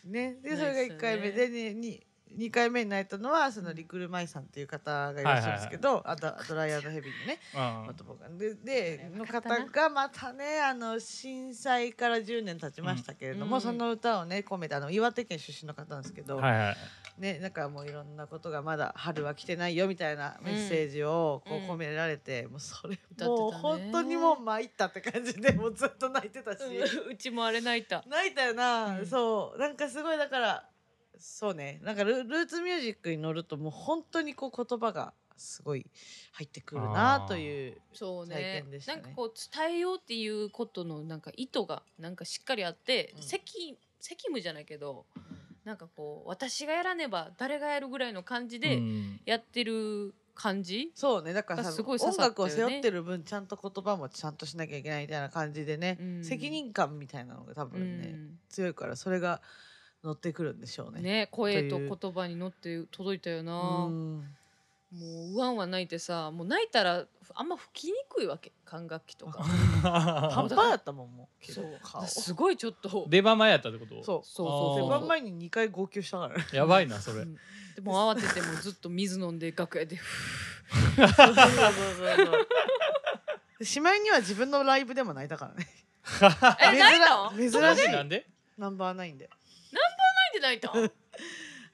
Speaker 2: ねで
Speaker 3: ナイス
Speaker 2: それが1回目で、ね、に2回目になったのはそのリクルマイさんっていう方がいらっしゃるんですけど、あとドライヤードヘビーのね
Speaker 1: うん
Speaker 2: 元ボーカルでで
Speaker 3: よ
Speaker 2: の
Speaker 3: かったな
Speaker 2: 方がまたねあの震災から10年経ちましたけれども、
Speaker 3: うん
Speaker 2: その歌をね込めてあの岩手県出身の方なんですけど、
Speaker 1: はいはい
Speaker 2: ね、なんかもういろんなことがまだ春は来てないよみたいなメッセージをこ
Speaker 3: うん
Speaker 2: う込められて、もうそれ
Speaker 3: たね
Speaker 2: もう本当にもう参ったって感じでもうずっと泣いてたし。
Speaker 3: うんうちもあれ泣いた
Speaker 2: 泣いたよな、
Speaker 3: うん
Speaker 2: そうなんかすごいだからそうねなんかルルーツミュージックに乗るともう本当にこう言葉がすごい入ってくるなという
Speaker 3: そう
Speaker 2: 体
Speaker 3: ね
Speaker 2: 験でした
Speaker 3: なん
Speaker 2: ね
Speaker 3: かこう伝えようっていうことのなんか意図がなんかしっかりあって、
Speaker 2: うん
Speaker 3: 責責務じゃないけどなんかこう私がやらねば誰がやるぐらいの感じで
Speaker 1: うん
Speaker 3: やってる感じ、
Speaker 2: そうねだからさ
Speaker 3: すごい刺さっ
Speaker 2: 音
Speaker 3: たよね
Speaker 2: 楽を背負ってる分ちゃんと言葉もちゃんとしなきゃいけないみたいな感じでね、
Speaker 3: うん
Speaker 2: 責任感みたいなのが多分ね、強いからそれが乗ってくるんでしょう
Speaker 3: う
Speaker 2: ね。
Speaker 3: んね声と
Speaker 2: という
Speaker 3: 言葉に乗って届いたよ
Speaker 2: う
Speaker 3: な、
Speaker 2: ん
Speaker 3: もううわんわ泣いてさもう泣いたらあんま吹きにくいわけ管楽器とか
Speaker 2: パンパンやったもんもう
Speaker 3: そう
Speaker 2: 顔
Speaker 3: すごいちょっとそう
Speaker 1: 出番前やったってこと
Speaker 2: そう
Speaker 3: そう
Speaker 1: あー
Speaker 2: 出
Speaker 3: そう
Speaker 2: 番前に2回号泣したからね
Speaker 1: やばいなそれ、
Speaker 3: うんでも慌ててもうずっと水飲んで楽屋で
Speaker 2: そうそうそうそうそう。 しまいには自分のライブでも泣いたからね。
Speaker 3: え泣いたの
Speaker 2: 珍しい
Speaker 1: なん
Speaker 2: 珍し
Speaker 1: で
Speaker 2: い
Speaker 1: なんで
Speaker 2: ナンバーナインで。
Speaker 3: 泣いて泣いた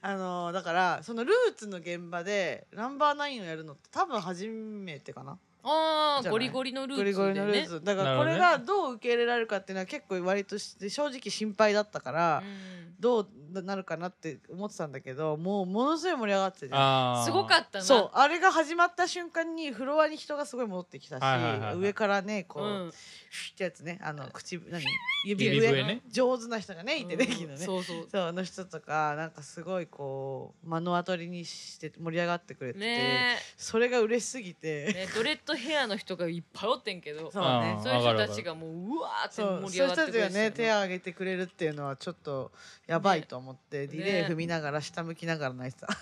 Speaker 2: あのーだからそのルーツの現場でナンバーナインをやるのって多分初めてかな。
Speaker 3: あ
Speaker 2: じゃな
Speaker 3: あ
Speaker 2: い
Speaker 3: ゴリゴリのルーツ
Speaker 2: ゴ
Speaker 3: で
Speaker 2: リ
Speaker 3: ね
Speaker 2: ゴリのルーツ、だからこれ
Speaker 1: なる
Speaker 2: がどう受け入れられるかっていうのは結構割とし正直心配だったから。
Speaker 3: うん
Speaker 2: どうなるかなって思ってたんだけどもうものすごい盛り上がってて
Speaker 1: あー
Speaker 3: すごかったな
Speaker 2: そうあれが始まった瞬間にフロアに人がすごい戻ってきたし、
Speaker 1: はいはいはいはい
Speaker 2: 上からねこう、
Speaker 3: うん
Speaker 2: フィってやつねあの口何
Speaker 1: 指
Speaker 2: 指
Speaker 1: 笛
Speaker 2: 笛
Speaker 1: ね
Speaker 2: 上手な人がねいてね、
Speaker 3: うん
Speaker 2: 昨日ねそう
Speaker 3: そうそう
Speaker 2: あの人とかなんかすごいこう目の当たりにして盛り上がってくれてて、
Speaker 3: ね
Speaker 2: それが嬉しすぎて、
Speaker 3: えねドレッドヘアの人がいっぱいおってんけど
Speaker 2: そう
Speaker 1: あー
Speaker 2: ね
Speaker 3: そういう人
Speaker 1: わ
Speaker 3: た
Speaker 1: か
Speaker 3: ち
Speaker 1: るわかる
Speaker 3: がもううわーって
Speaker 2: そう
Speaker 3: 盛り
Speaker 2: そうい
Speaker 3: 上が
Speaker 2: う
Speaker 3: って
Speaker 2: 人たち
Speaker 3: くれて
Speaker 2: が
Speaker 3: たよ
Speaker 2: ね手を
Speaker 3: ね
Speaker 2: 挙げてくれるっていうのはちょっとやばいと思って、
Speaker 3: ね
Speaker 2: リレー踏みながら下向きながら泣いてた、
Speaker 3: 泣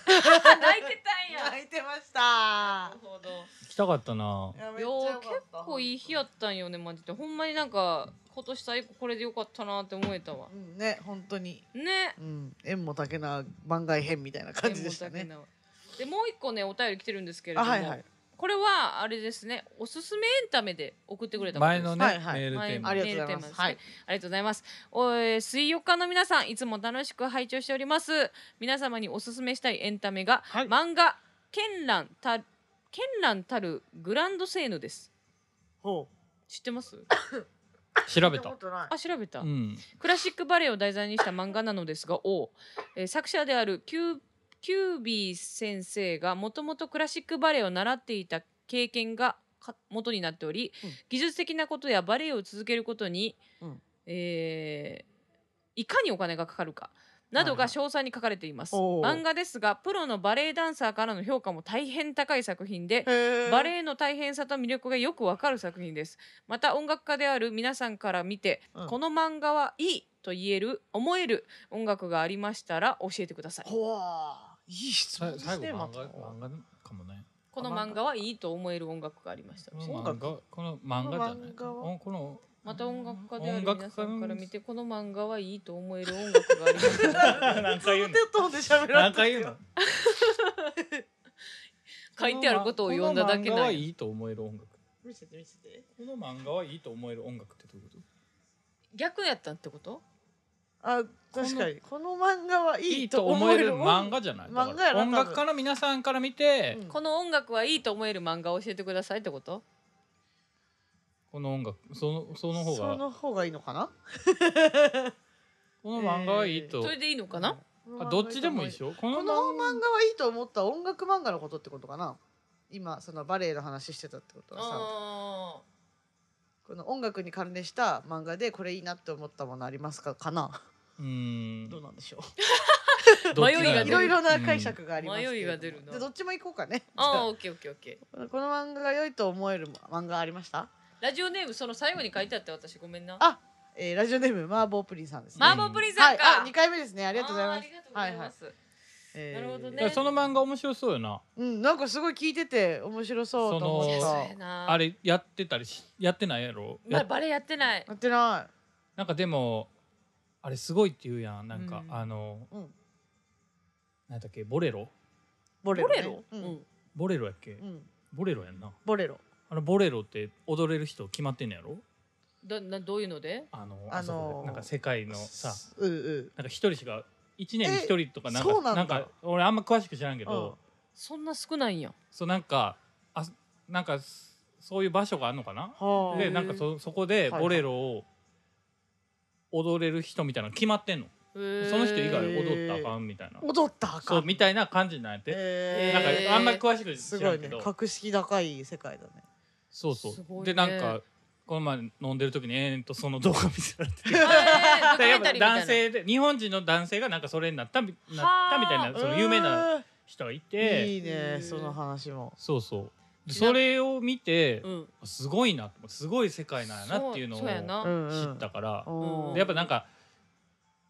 Speaker 3: いてたんや
Speaker 2: 泣いてました
Speaker 3: なるほど
Speaker 1: 行きたかったない
Speaker 2: やめっちゃ
Speaker 3: よ
Speaker 2: よ
Speaker 3: う
Speaker 2: か
Speaker 3: 結
Speaker 2: った
Speaker 3: 構いい日やったんよねマジでほんまになんか今年最高これでよかったなって思えたわ
Speaker 2: うんね本当に
Speaker 3: ね
Speaker 2: うん縁も竹な番外編みたいな感じでした
Speaker 3: で
Speaker 2: ね
Speaker 3: もでもう一個ねお便り来てるんですけれど
Speaker 2: あ
Speaker 3: も、
Speaker 2: はいはい
Speaker 3: これはあれですねおすすめエンタメで送ってくれた
Speaker 1: 前のね、
Speaker 2: はいはい
Speaker 1: メールテーマ
Speaker 2: ありがとうございます
Speaker 3: メールテーマでね
Speaker 2: はい
Speaker 3: ありがとうございます。おえー水曜日の皆さん、いつも楽しく拝聴しております。皆様におすすめしたいエンタメが、
Speaker 2: はい
Speaker 3: 漫画、絢爛たる、絢爛たるグランドセーヌです。
Speaker 2: ほう
Speaker 3: 知ってます
Speaker 1: 調べた
Speaker 2: 見ことない
Speaker 3: あ、調べた、
Speaker 1: うん
Speaker 3: クラシックバレエを題材にした漫画なのですが、おうえー作者であるキューキュービー先生がもともとクラシックバレエを習っていた経験がか元になっており、
Speaker 2: うん
Speaker 3: 技術的なことやバレエを続けることに、
Speaker 2: うん
Speaker 3: えーいかにお金がかかるかなどが詳細に書かれています
Speaker 2: おー
Speaker 3: 漫画ですがプロのバレエダンサーからの評価も大変高い作品でバ
Speaker 2: バ
Speaker 3: レエの大変さと魅力がよくわかる作品ですまた音楽家である皆さんから見て、
Speaker 2: うん
Speaker 3: この漫画はいいと言える思える音楽がありましたら教えてください
Speaker 2: ほわいい質問
Speaker 1: さ
Speaker 2: です
Speaker 1: 最後
Speaker 2: ねま
Speaker 1: 漫
Speaker 2: た
Speaker 1: 画漫画かもね
Speaker 3: この漫画はいいと思える音楽がありました
Speaker 1: こ
Speaker 3: ら教え
Speaker 1: の
Speaker 3: て
Speaker 2: 音
Speaker 1: 漫
Speaker 2: 楽
Speaker 1: 画この漫画じゃない
Speaker 2: この漫画は
Speaker 1: おこの
Speaker 3: また音楽家である
Speaker 1: 音楽家
Speaker 3: 皆さんから見てこの漫画はいいと思える音楽がありま したら
Speaker 1: 何回言う
Speaker 2: テッドホンで喋
Speaker 1: の
Speaker 2: ら
Speaker 1: 何
Speaker 2: んと
Speaker 1: 回
Speaker 2: い
Speaker 1: 言
Speaker 2: て
Speaker 1: う
Speaker 2: よ
Speaker 1: の
Speaker 3: 書いてあることを読んだだけ
Speaker 1: この漫画
Speaker 3: な
Speaker 1: はい
Speaker 3: い
Speaker 1: いと思える音楽
Speaker 2: 見せて見せて
Speaker 1: この漫画はいいと思える音楽ってどういうこと
Speaker 3: 逆やったってこと
Speaker 2: あ確かにこの漫画はい
Speaker 1: い
Speaker 2: い
Speaker 1: い
Speaker 2: と
Speaker 1: と
Speaker 2: 思
Speaker 1: 思
Speaker 2: え
Speaker 1: え
Speaker 2: る
Speaker 1: る漫画じゃないだから
Speaker 2: 漫画やな
Speaker 1: 音楽家の皆さんから見て、
Speaker 2: うん
Speaker 3: この音楽はいいと思える漫画を教えてくださいってこと
Speaker 1: この音楽そのその方
Speaker 2: そ
Speaker 1: が
Speaker 2: の方がいいのかな
Speaker 1: この漫画はいいと
Speaker 3: そ、れでいいのかな、
Speaker 1: あどっちでもいいでし
Speaker 2: ょ
Speaker 1: ょこの
Speaker 2: この漫画はいいと思った音楽漫画のことってことかな今そのバレエの話してたってことはさ
Speaker 3: あ
Speaker 2: この音楽に関連した漫画でこれいいなって思ったものありますかかな
Speaker 1: うーん
Speaker 2: どうなんでしょ
Speaker 1: どっちだ
Speaker 3: 迷いが
Speaker 2: う い
Speaker 3: 出る
Speaker 2: ろいろな解釈がありますけれども
Speaker 3: 迷いが出るな
Speaker 2: でどっちも行こうかね
Speaker 3: ーあーオッケーオッケーオッケー
Speaker 2: じゃあこの漫画が良いと思える漫画ありました
Speaker 3: ラジオネームその最後に書いてあって私ごめんな
Speaker 2: あえーラジオネームマーボープリンさんですね
Speaker 3: マーボープリンさんか、
Speaker 2: はい、あ二回目ですねあ
Speaker 3: あ
Speaker 2: りがとうございます
Speaker 3: ーありがとうございます、
Speaker 2: えー
Speaker 3: なるほど
Speaker 1: うん
Speaker 3: ね
Speaker 1: その漫画面白そうよな
Speaker 2: うんなんかすごい聞いてて面白そうと思っ
Speaker 1: そ
Speaker 2: た
Speaker 3: そうやな
Speaker 1: あれやってたりしやってないやろ
Speaker 3: まだ
Speaker 1: や
Speaker 3: バレエやってない
Speaker 2: やってな
Speaker 1: なんかでもあれすごいって言うやんなんか、
Speaker 3: うん
Speaker 1: あの
Speaker 2: いうん
Speaker 1: なんだっけボレロ
Speaker 2: ボ
Speaker 3: ボ
Speaker 2: ね
Speaker 3: レロ、
Speaker 2: う
Speaker 3: うんん
Speaker 1: ボレロやっけ、
Speaker 2: うん
Speaker 1: ボレロやんな
Speaker 2: ボレロ
Speaker 1: あのボレロって踊れる人決まってんのやろ
Speaker 3: どなどういうので
Speaker 1: あの、
Speaker 2: あのー
Speaker 1: あそこでなんか世界のさ
Speaker 2: うんうん
Speaker 1: なんか一人しか一年に一人とかなん
Speaker 2: えそ
Speaker 1: か
Speaker 2: うなんだ
Speaker 1: か俺あんま詳しく知らんけど、
Speaker 2: うん
Speaker 3: そんな少ないんや
Speaker 1: そうなんかあなんかそそういう場所があるのかな
Speaker 2: はあ
Speaker 1: でなんかそそこで
Speaker 2: はいはい
Speaker 1: ボレロを踊れる人みたいなの決まってんの、
Speaker 3: その
Speaker 1: その人以外踊ったらあかんみたいな、
Speaker 2: 踊ったらあか
Speaker 1: そ
Speaker 2: ん
Speaker 1: うみたいな感じになって、
Speaker 2: え
Speaker 1: なん
Speaker 3: へー
Speaker 1: かあんまり詳しく
Speaker 2: す
Speaker 1: 知
Speaker 2: ご
Speaker 1: ら
Speaker 2: い
Speaker 1: んけ
Speaker 2: ね
Speaker 1: ど、
Speaker 2: 格式高い世界だね
Speaker 1: そうそう、
Speaker 3: すごいね
Speaker 1: でなんかこの前飲んでる時に延々とその動画見せられて
Speaker 3: あ
Speaker 1: で
Speaker 3: れ
Speaker 1: や
Speaker 3: ド
Speaker 1: っぱ
Speaker 3: キュメンタリーみたいな
Speaker 1: 男性で日本人の男性がなんかそれになったみな
Speaker 3: は
Speaker 1: っ
Speaker 3: あ
Speaker 1: たみたいなその有名な
Speaker 2: うん
Speaker 1: 人がいて。
Speaker 2: いいね
Speaker 3: うん
Speaker 2: その話も
Speaker 1: そうそうで
Speaker 3: ちな
Speaker 1: それを見て、
Speaker 3: うん
Speaker 1: すごいなと思ってすごい世界なんやなっていうのを
Speaker 3: そうそうやな
Speaker 1: 知
Speaker 2: う
Speaker 3: うん
Speaker 2: んうん
Speaker 1: ったから、
Speaker 2: おー
Speaker 1: でやっぱなんか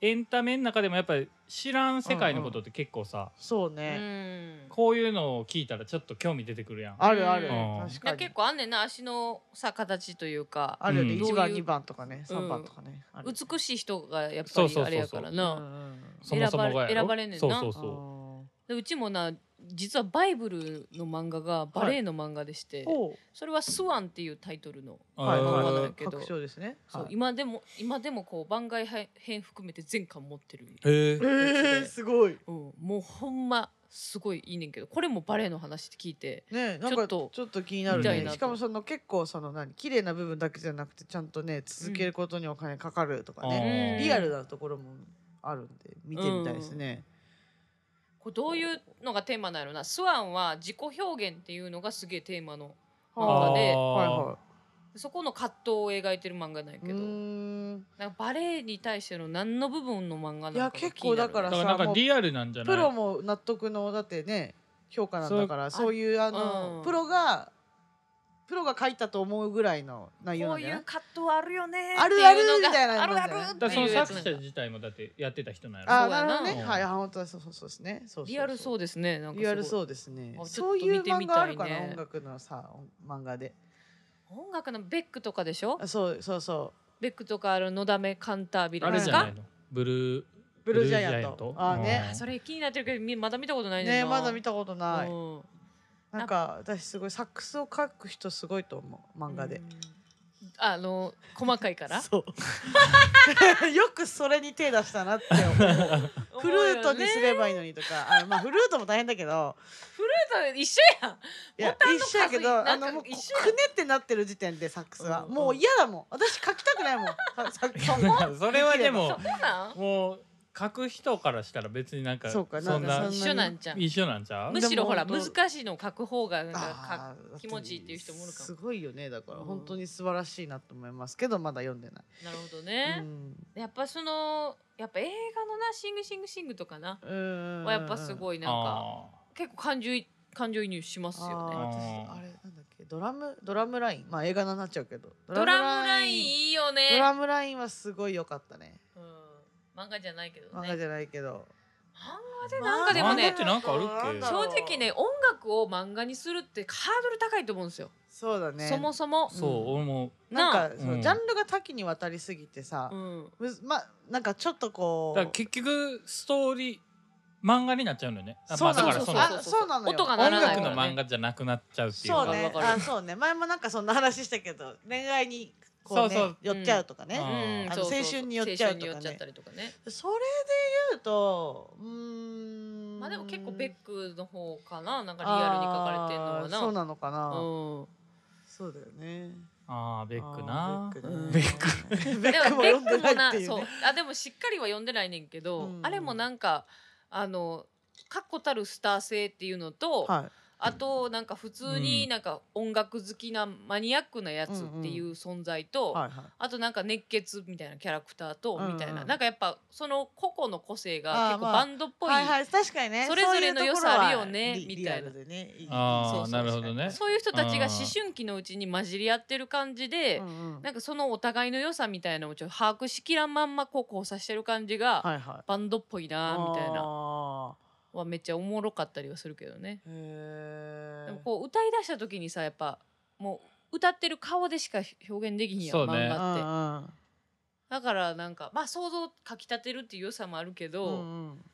Speaker 1: エンタメの中でもやっぱり知らん世界のことって結構さ、
Speaker 2: そうね
Speaker 1: こういうのを聞いたらちょっと興味出てくるやん。
Speaker 2: あるある
Speaker 1: うん
Speaker 2: 確か
Speaker 3: なんか結
Speaker 2: に
Speaker 3: 構あんねんな足のさ形というか
Speaker 2: あるよね
Speaker 1: うん
Speaker 2: 一番
Speaker 3: どういう
Speaker 2: 二番とかね三番とかねある
Speaker 3: 美しい人がやっぱ
Speaker 1: そう
Speaker 3: り
Speaker 1: そうそうそう
Speaker 3: あれやから
Speaker 2: う
Speaker 3: な
Speaker 2: う
Speaker 3: ん
Speaker 2: ん
Speaker 1: そもそもがやろ
Speaker 3: 選ばれんねんな
Speaker 1: そうそうそう
Speaker 3: でうちもな実はバイブルの漫画がバレエの漫画でして、
Speaker 2: あーおう
Speaker 3: それは「スワン」っていうタイトルの、
Speaker 1: あー
Speaker 2: はい
Speaker 3: まあ
Speaker 2: はい
Speaker 3: ま
Speaker 2: は
Speaker 3: だ
Speaker 2: い
Speaker 3: けど
Speaker 2: 確証ですね
Speaker 3: そう
Speaker 2: はい
Speaker 3: 今でも今でもこう番外編含めて全巻持ってる、
Speaker 1: へえ
Speaker 2: えー すごい
Speaker 3: うん、もうほんますごいいいねんけどこれもバレエの話って聞いて
Speaker 2: ねなん
Speaker 3: ちょ
Speaker 2: か
Speaker 3: っ
Speaker 2: ちょ
Speaker 3: と
Speaker 2: っと気になる
Speaker 1: 見たい
Speaker 2: ね
Speaker 1: な
Speaker 3: と
Speaker 2: しかもその結構その何綺麗な部分だけじゃなくてちゃんとね続けることにお金かかるとかね、
Speaker 3: うん
Speaker 2: リアルなところもあるんで見てみたいですね、
Speaker 3: これどういうのがテーマなんやろな「スワン」は自己表現っていうのがすげえテーマのうん
Speaker 2: は
Speaker 3: なんかで
Speaker 1: あー
Speaker 2: あはいは
Speaker 3: そこの葛藤を描いてる漫画なんや
Speaker 2: い
Speaker 3: け
Speaker 2: う
Speaker 3: ど、
Speaker 2: ーん
Speaker 3: なんかバレエに対しての何の部分の漫画なのか
Speaker 2: いや
Speaker 3: が
Speaker 2: 結
Speaker 3: 気
Speaker 2: 構
Speaker 3: にな
Speaker 2: だ
Speaker 3: る
Speaker 2: から
Speaker 1: だ
Speaker 2: さ
Speaker 1: からなんかリアルなんじゃない
Speaker 2: プロも納得のだってね評価なんだから
Speaker 3: そう
Speaker 2: そういうあの、
Speaker 3: うん
Speaker 2: プロがプロが書いたと思うぐらいの内容
Speaker 3: こ
Speaker 2: な
Speaker 3: うん
Speaker 2: だ
Speaker 3: い
Speaker 2: よ
Speaker 3: う
Speaker 2: ね
Speaker 3: 葛藤あるよね
Speaker 2: あ
Speaker 3: ってい
Speaker 2: る
Speaker 3: う
Speaker 2: ある
Speaker 3: の
Speaker 2: みたいな
Speaker 3: があるある
Speaker 2: もんだよね
Speaker 3: っ
Speaker 1: だ
Speaker 3: て
Speaker 1: からその
Speaker 3: いうやつ
Speaker 1: 作
Speaker 3: なんだ
Speaker 1: 者自体もだってやってた人なんやろ
Speaker 2: あ
Speaker 3: そう
Speaker 2: な
Speaker 3: や
Speaker 2: る
Speaker 3: な
Speaker 2: ほどね
Speaker 1: うん
Speaker 2: はい本当はそうそうそうですねそうそうそう
Speaker 3: リアルそうですねなんかすごい
Speaker 2: リアルそうですね
Speaker 3: あちょ
Speaker 2: そ
Speaker 3: っ
Speaker 2: う
Speaker 3: と
Speaker 2: いう
Speaker 3: 見てみ
Speaker 2: 漫画
Speaker 3: た
Speaker 2: ある
Speaker 3: いね
Speaker 2: かな音楽のさ漫画で
Speaker 3: 音楽のベックとかでしょ
Speaker 2: あそうそうそ
Speaker 3: ベックとかあるのだめカンタービレ
Speaker 1: あ
Speaker 3: で
Speaker 1: れ
Speaker 3: す
Speaker 1: じゃ
Speaker 3: か
Speaker 1: ないのブルー
Speaker 2: うブルージャイア
Speaker 1: ブルージャ
Speaker 2: ント
Speaker 1: イアント
Speaker 2: ああ
Speaker 1: う
Speaker 2: ね
Speaker 1: ん
Speaker 3: それ気になってるけどみまだ見たことないねん
Speaker 2: ね
Speaker 3: な
Speaker 2: まだ見たことない、
Speaker 3: うん
Speaker 2: なんか私すごいサックスを書く人すごいと思う漫画で
Speaker 3: う、んあの細かいから
Speaker 2: そう よくそれに手出したなって 思うフルートにすればいいのにとか、あまあフルートも大変だけど
Speaker 3: 思うよねフルート一緒やん
Speaker 2: いや
Speaker 3: ボタンの
Speaker 2: 一緒やけど
Speaker 3: 数
Speaker 2: あ
Speaker 3: になんか
Speaker 2: のもうくね
Speaker 3: 一緒や
Speaker 2: ってなってる時点でサックスは、
Speaker 3: うんう ん
Speaker 2: もう嫌だもん私書きたくないもんサックス
Speaker 1: それはでも
Speaker 3: そうなん
Speaker 1: もう書く人からしたら別になんか
Speaker 2: そうかな
Speaker 1: そん
Speaker 2: そ
Speaker 1: な
Speaker 2: に
Speaker 3: 一緒なんちゃう
Speaker 1: 一緒なんちゃう
Speaker 3: むしろほら
Speaker 2: でも本当
Speaker 3: 難しいのを書く方がなんかか
Speaker 2: あー
Speaker 3: 気持ちいいっていう人もおるかも
Speaker 2: すごいよねだから
Speaker 3: うん
Speaker 2: 本当に素晴らしいなと思いますけどまだ読んでない、
Speaker 3: なるほどね
Speaker 2: う、ん
Speaker 3: やっぱそのやっぱ映画のな「シングシングシング」とかな、
Speaker 2: うん
Speaker 3: はやっぱす
Speaker 2: い
Speaker 3: ごいなんか
Speaker 1: あ
Speaker 3: 結構感情い感情移入しますよね
Speaker 1: ね
Speaker 2: あー私あれなんだっけドラムドラムラインまあ映画になっちゃうけどド
Speaker 3: ドラムラインいいよ
Speaker 2: ドラ
Speaker 3: ね、
Speaker 2: ムラインはすごい良かったね
Speaker 3: うん、漫画じゃないけど
Speaker 2: 漫
Speaker 3: ね
Speaker 2: 画じゃないけど、
Speaker 3: 漫画でなんかでも
Speaker 1: 漫画
Speaker 3: ね
Speaker 1: ってなんかあるっけ
Speaker 2: なんだろ
Speaker 3: 正
Speaker 2: う
Speaker 3: 直ね音楽を漫画にするってハードル高いと思うんですよ、
Speaker 2: そうだね
Speaker 3: そもそも
Speaker 1: ー、そう、
Speaker 2: うん
Speaker 1: 俺も
Speaker 2: な
Speaker 1: な
Speaker 2: んか
Speaker 1: あ
Speaker 2: その
Speaker 1: うん
Speaker 2: ジャンルが多岐にわたりすぎてさ、
Speaker 3: うん、
Speaker 2: むずまなんかちょっとこ
Speaker 1: だ
Speaker 2: う
Speaker 1: から結局ストーリー漫画になっちゃうのよねあ
Speaker 2: そうな
Speaker 1: ま
Speaker 2: の
Speaker 1: あだから
Speaker 2: あ
Speaker 1: の
Speaker 2: そうなのよ
Speaker 3: 音がな
Speaker 1: 音
Speaker 3: らな
Speaker 1: 楽
Speaker 3: いか
Speaker 1: の
Speaker 3: ら、
Speaker 1: 漫
Speaker 3: ね、
Speaker 1: 画じゃなくなっちゃうっていうか
Speaker 2: そうね
Speaker 3: わかるわか
Speaker 2: あ
Speaker 3: る
Speaker 2: そうね前もなんかそんな話したけど恋愛にこう、ね、
Speaker 1: そうそう
Speaker 2: 寄っちゃうとかね、
Speaker 1: うん
Speaker 3: うん
Speaker 2: あの
Speaker 3: そうそう
Speaker 2: 青春に寄っちゃうとかね
Speaker 3: 青春に寄っちゃったりとかね
Speaker 2: それで言うとうーん
Speaker 3: まあでも結構ベックの方かななんかリアルに書かれてるのはな
Speaker 2: あーそうなのかな、
Speaker 3: うん
Speaker 2: そうだよね
Speaker 1: あーベックな
Speaker 2: あー
Speaker 3: うん
Speaker 2: ベ ックねベ
Speaker 3: で
Speaker 2: ック
Speaker 3: も
Speaker 2: も
Speaker 3: ベ
Speaker 2: 読ん
Speaker 3: ック
Speaker 2: で
Speaker 3: も
Speaker 2: ないっ
Speaker 3: な
Speaker 2: ていう
Speaker 3: そう
Speaker 2: ね
Speaker 3: あでもしっかりは読んでないねんけど、
Speaker 2: うん
Speaker 3: あれもなんかあの確固たるスター性っていうのと、
Speaker 2: はい
Speaker 3: あとなんか普通
Speaker 1: う
Speaker 3: に
Speaker 1: ん
Speaker 3: なんか音楽好きなマニアックなやつっていう存在と、
Speaker 2: はいはい
Speaker 3: あとなんか熱血みたいなキャラクターと
Speaker 2: うんうん
Speaker 3: みたいな、なんかやっぱその個々の個性
Speaker 2: あ
Speaker 3: が
Speaker 2: ー
Speaker 3: 結構
Speaker 2: まあ
Speaker 3: バンドっぽい、
Speaker 2: はいはい確かにね
Speaker 3: それぞれの良さあるよね
Speaker 2: そううところはリ
Speaker 3: みたいな
Speaker 2: リアルでねいい
Speaker 1: あー
Speaker 2: そうそう
Speaker 1: なるほどね
Speaker 3: そういう人たちが
Speaker 1: あー
Speaker 3: 思春期のうちに混じり合ってる感じで、
Speaker 2: うんうん
Speaker 3: なんかそのお互いの良さみたいなのをちょっと把握しきらんまんまこう交差してる感じが、
Speaker 2: はいはい
Speaker 3: バンドっぽいなーみたいな
Speaker 2: な
Speaker 3: はめっちゃおもろかったりはするけどね。
Speaker 2: へ
Speaker 3: で
Speaker 2: え
Speaker 3: もこう歌い出した時にさやっぱもう歌ってる顔でしか表現できひんやん、
Speaker 1: そうね
Speaker 3: 漫
Speaker 1: う
Speaker 3: 画っ
Speaker 2: あ
Speaker 3: て。だからなんかまあ想像をかきたてるっていう良さもあるけ
Speaker 2: う
Speaker 3: ど、
Speaker 2: んうん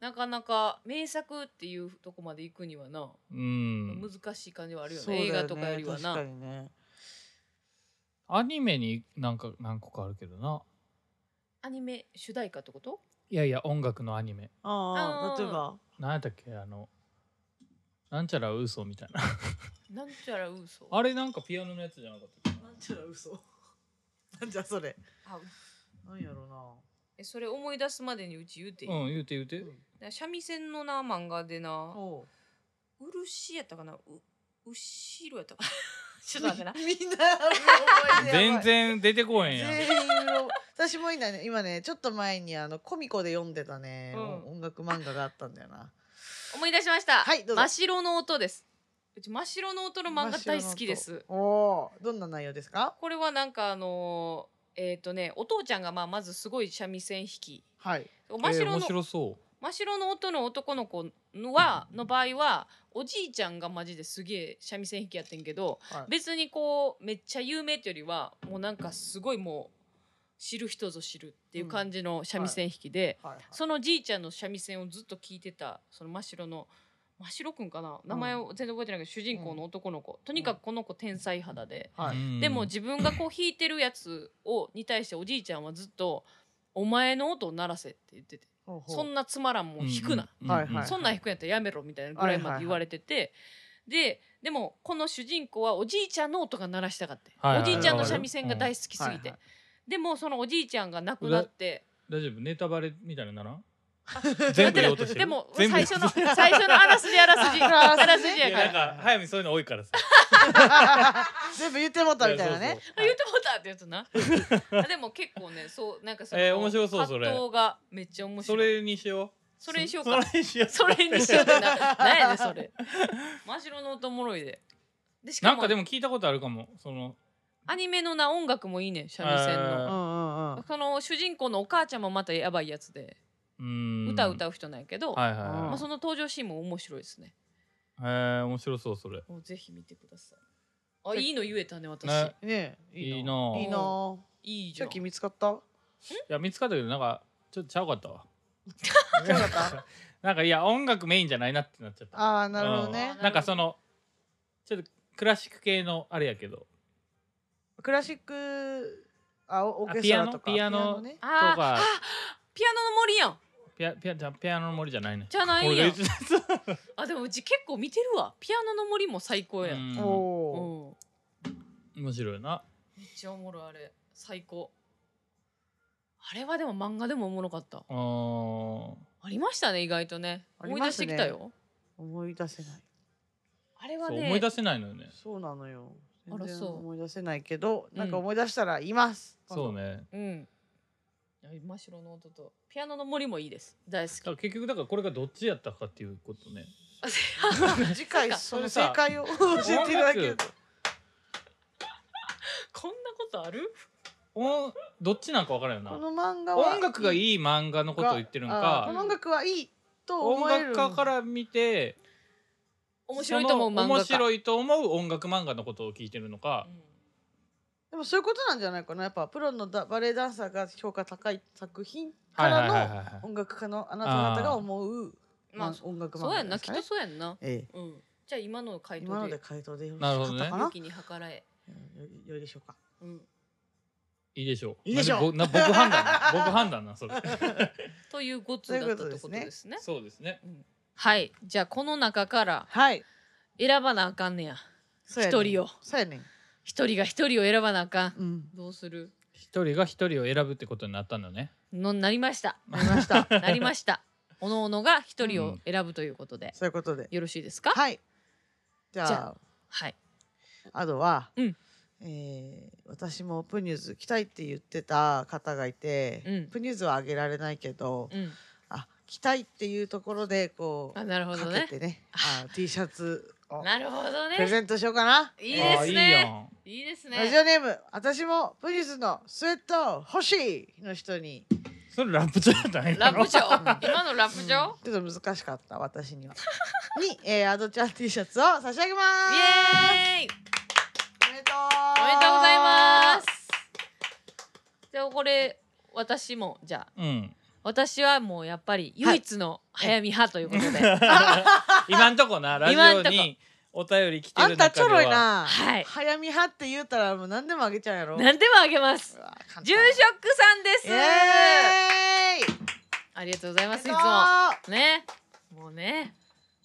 Speaker 3: なかなか名作っていうとこまで行くにはな、
Speaker 1: うん
Speaker 3: 難しい感じはあるよね
Speaker 2: そうだよ
Speaker 3: 映画とかよりは
Speaker 2: 確
Speaker 3: な
Speaker 2: かにね
Speaker 1: アニメになんか何個かあるけどな
Speaker 3: アニメ主題歌ってこと
Speaker 1: いやいや音楽のアニメ
Speaker 2: ああ
Speaker 3: あー
Speaker 2: 例えば
Speaker 1: 何やったっけあのなんちゃら嘘みたいな
Speaker 3: なんちゃら嘘
Speaker 1: あれなんかピアノのやつじゃなかったっけ
Speaker 2: なんちゃら嘘なんじゃそれ
Speaker 3: あ
Speaker 2: なんやろうな
Speaker 3: えそれ思い出すまでにうち言うていい、
Speaker 1: うん言うて言うて
Speaker 3: な三味線のな漫画でな
Speaker 2: おう
Speaker 3: 漆やったかなう後ろやったかなちょっと待ってな
Speaker 2: み んな覚えてや
Speaker 1: 全
Speaker 2: ばい
Speaker 1: 然出てこへんやん
Speaker 2: 全員を私も今ね今ねちょっと前にあのコミコで読んでたね、
Speaker 3: うん
Speaker 2: 音楽漫画があったんだよな
Speaker 3: 思い出しました
Speaker 2: はいどうぞ
Speaker 3: 真っ白の音ですうち真っ白の音の漫画大好きです
Speaker 2: おおーどんな内容ですか
Speaker 3: これはなんかあのーえっ、とねお父ちゃんがまあまずすごい三味線弾き
Speaker 2: はい
Speaker 3: 真っ
Speaker 1: えー
Speaker 3: 白の、
Speaker 1: 面白そ
Speaker 3: 真っ白の音の男の子のはの場合はおじいちゃんがマジですげえ三味線弾きやってんけど
Speaker 2: はい
Speaker 3: 別にこうめっちゃ有名ってよりはもうなんかすごいもう知る人ぞ知るっていう感じの三味線弾きで、
Speaker 2: はいはい
Speaker 3: そのじいちゃんの三味線をずっと聞いてたその真っ白の真っ白くんかな名前を全然覚えてないけど、主人公の男の子、とにかくこの子天才肌で。
Speaker 1: う、
Speaker 2: はい、
Speaker 1: うん
Speaker 3: でも自分がこう弾いてるやつをに対しておじいちゃんはずっと「お前の音を鳴らせ」って言ってて
Speaker 2: ほう
Speaker 3: 「
Speaker 2: ほう
Speaker 3: そんなつまらんもん弾くな」
Speaker 1: うんうんうん
Speaker 2: はいはい
Speaker 3: そんなん弾くんやったらやめろ」みたいなぐらいまで言われててででもこの主人公はおじいちゃんの音が鳴らしたかって
Speaker 1: はいはい
Speaker 3: おじいちゃんの三味線が大好きすぎ
Speaker 2: う
Speaker 3: て
Speaker 2: ん
Speaker 3: でもそのおじいちゃんが亡くなって
Speaker 1: 大丈夫ネタバレみたいにな らん全部言おうとしてる
Speaker 3: でも
Speaker 1: 全
Speaker 3: 最
Speaker 1: 部言おう
Speaker 3: 初の最初のあらすじあらすじ
Speaker 2: あ
Speaker 3: あ
Speaker 2: ら
Speaker 3: ら
Speaker 2: す
Speaker 3: す
Speaker 2: じ
Speaker 3: じ
Speaker 2: ね
Speaker 1: い
Speaker 3: やか
Speaker 1: や
Speaker 3: ら
Speaker 1: なんか早見そういうの多いからさ
Speaker 2: 全部言ってもったみたいな
Speaker 1: やそう
Speaker 2: ね
Speaker 1: そう
Speaker 3: あ言うてもうたってやつ なあでも結構ねそうなんかその
Speaker 1: えー面白そうそれ
Speaker 3: 葛藤がめっちゃ面
Speaker 1: そ
Speaker 3: 白い
Speaker 1: れにしよう
Speaker 3: それにしようか
Speaker 1: それにしよう
Speaker 3: それにしようってな何やねんそれ真白の音おもろいででしか
Speaker 1: なん
Speaker 3: も
Speaker 1: かでも聞いたことあるかもその
Speaker 3: アニメのな音楽もいいねん三味線
Speaker 2: うん
Speaker 1: う
Speaker 3: の
Speaker 2: うんうん
Speaker 3: その主人公のお母ちゃんもまたやばいやつで
Speaker 1: うん
Speaker 3: 歌歌う人なんやけど、
Speaker 1: はいはいはい
Speaker 2: うん
Speaker 3: まあ、その登場シーンも面白いですね
Speaker 1: へえ面白そうそれ
Speaker 3: もうぜひ見てくださいあいいの言えたね私、
Speaker 1: ね
Speaker 2: ねえい
Speaker 1: いい
Speaker 2: い
Speaker 1: な
Speaker 2: な
Speaker 1: ぁ
Speaker 2: いいなぁ
Speaker 3: いいじ
Speaker 2: さ
Speaker 3: ゃ
Speaker 2: っ
Speaker 3: ん
Speaker 2: き見つかった
Speaker 1: いや見つかったけどなんかちょっとちゃうかったわ
Speaker 2: そうだった
Speaker 1: なんかいや音楽メインじゃないなってなっちゃった
Speaker 2: ああなるほどね
Speaker 1: うんなんかそのちょっとクラシック系のあれやけど
Speaker 2: クラシックあオーケストラとか
Speaker 1: ピアノ
Speaker 2: ね
Speaker 1: と
Speaker 3: あー
Speaker 1: か
Speaker 3: ピアノの森やん
Speaker 1: ピアピアじゃピアノの森じゃないね
Speaker 3: じゃないん
Speaker 1: 俺
Speaker 3: や
Speaker 1: が
Speaker 3: ん
Speaker 1: 言ってたや
Speaker 3: あでもうち結構見てるわピアノの森も最高
Speaker 1: つ
Speaker 3: やん、
Speaker 1: うん
Speaker 2: おお
Speaker 3: うん
Speaker 1: 面白いな
Speaker 3: めっちゃおもろいあれ最高あれはでも漫画でもおもろかった
Speaker 1: あー
Speaker 3: ありましたね意外とね
Speaker 2: あ
Speaker 3: 思
Speaker 2: り
Speaker 3: い
Speaker 2: ま
Speaker 3: 出し
Speaker 2: すね
Speaker 3: てきたよ
Speaker 2: 思い出せない
Speaker 3: あれは
Speaker 1: そう
Speaker 3: ね
Speaker 1: 思い出せないのよね
Speaker 2: そうなのよ
Speaker 3: あら
Speaker 2: 全然
Speaker 3: そう
Speaker 2: 思い出せないけどなんか
Speaker 3: うん
Speaker 2: 思い出したら言います、
Speaker 1: そう
Speaker 2: ね
Speaker 1: ね
Speaker 3: うんいや真っ白の音とピアノの森もいいです大好
Speaker 1: だか
Speaker 3: き
Speaker 1: ら結局だからこれがどっちやったかっていうこと ね
Speaker 2: 次回
Speaker 3: なんか
Speaker 2: その
Speaker 1: その
Speaker 2: 正
Speaker 1: さ
Speaker 2: 解を教えていただけると
Speaker 3: こんなことある
Speaker 1: おどっちなんか分からんよ
Speaker 2: こ
Speaker 1: な
Speaker 2: の漫画は
Speaker 1: 音楽が
Speaker 2: い
Speaker 1: いい漫画のことを言ってるの
Speaker 2: あーこ
Speaker 1: か
Speaker 2: の音楽はいいと
Speaker 1: 音
Speaker 2: 思える
Speaker 1: 楽家から見て
Speaker 3: 面白いと思
Speaker 1: そ
Speaker 3: う
Speaker 1: の
Speaker 3: 漫画
Speaker 1: 面
Speaker 3: 家
Speaker 1: 白いと思う音楽漫画のことを聞いてるのか
Speaker 3: うん
Speaker 2: でもそういうことなんじゃないかなやっぱプロのダバレエダンサーが評価高い作品
Speaker 1: は
Speaker 2: か
Speaker 1: いはいはい
Speaker 2: ら
Speaker 1: はい
Speaker 2: の
Speaker 1: はい
Speaker 2: 音楽家のあなた方が思う
Speaker 3: まあ
Speaker 2: まあ音楽漫画
Speaker 3: そうやん
Speaker 2: で
Speaker 3: な
Speaker 2: す
Speaker 3: き
Speaker 2: か
Speaker 3: っ
Speaker 2: ね
Speaker 3: とそうやんな
Speaker 2: ええ
Speaker 3: うんじゃあ今の回
Speaker 2: 今
Speaker 3: 答
Speaker 2: ので
Speaker 3: で
Speaker 2: 回答でよろし
Speaker 1: なるほ
Speaker 2: か
Speaker 1: ど
Speaker 2: っ
Speaker 1: ね
Speaker 2: たかな
Speaker 3: 勇気に計らえ
Speaker 2: うんよよいでしょうか
Speaker 3: うん
Speaker 1: いいでしょう
Speaker 2: いいでしょう
Speaker 1: なんでぼな僕判断な僕判断なそれ
Speaker 3: というごつだったってことですね
Speaker 1: そうですね
Speaker 3: はいじゃあこの中から
Speaker 2: はい
Speaker 3: 選ばなあかんねや
Speaker 2: そうやねん
Speaker 3: 一人を
Speaker 2: そうやねん
Speaker 3: 一人が一人を選ばなあかん
Speaker 2: うん
Speaker 3: どうする
Speaker 1: 一人が一人を選ぶってことになったんだね
Speaker 3: のなりました
Speaker 2: なりました
Speaker 3: なりましたおのおのが一人を選ぶということで、
Speaker 2: そういうことで
Speaker 3: よろしいですか
Speaker 2: はいじゃあ
Speaker 3: じゃはい
Speaker 2: あとは、
Speaker 3: うん
Speaker 2: えー私もプニューズ来たいって言ってた方がいて、
Speaker 3: うん
Speaker 2: プニューズはあげられないけど、
Speaker 3: うん
Speaker 2: あ来たいっていうところでこう
Speaker 3: あなるほど
Speaker 2: か
Speaker 3: ね
Speaker 2: けてねあ T シャツを
Speaker 3: なるほど
Speaker 2: プレ
Speaker 3: ね
Speaker 2: ゼントしようかな。
Speaker 3: いいですね
Speaker 1: あ
Speaker 3: いいです
Speaker 2: ラジオネ
Speaker 3: ね
Speaker 2: ーム私もプニューズのスウェット欲しいの人に、
Speaker 1: ーいいやんそれラップじゃない
Speaker 3: ラップ
Speaker 1: じ
Speaker 3: 長今のラップ
Speaker 2: うんちょ
Speaker 3: 長
Speaker 2: っ、と難しかった私には に、えー、アドちゃん T シャツを差し上げま
Speaker 3: イ
Speaker 2: す
Speaker 3: エーイ
Speaker 2: おめでとう
Speaker 3: おめでとうございますじゃあこれ私もじゃあ
Speaker 1: うん
Speaker 3: 私はもうやっぱり唯一の早見派ということで、
Speaker 1: 今んとこなラジ
Speaker 3: 今
Speaker 1: オ
Speaker 3: んとこ
Speaker 1: にお便り来て
Speaker 2: あ
Speaker 1: る中では
Speaker 2: んたちょろいな、
Speaker 3: はい
Speaker 2: 早見派って言うたらもう何でもあげちゃうやろ
Speaker 3: 何でもあげます
Speaker 2: うわ簡単
Speaker 3: 住職さんです、
Speaker 2: イエーイ
Speaker 3: ありがとうございますいつも
Speaker 2: あ
Speaker 3: ねもうね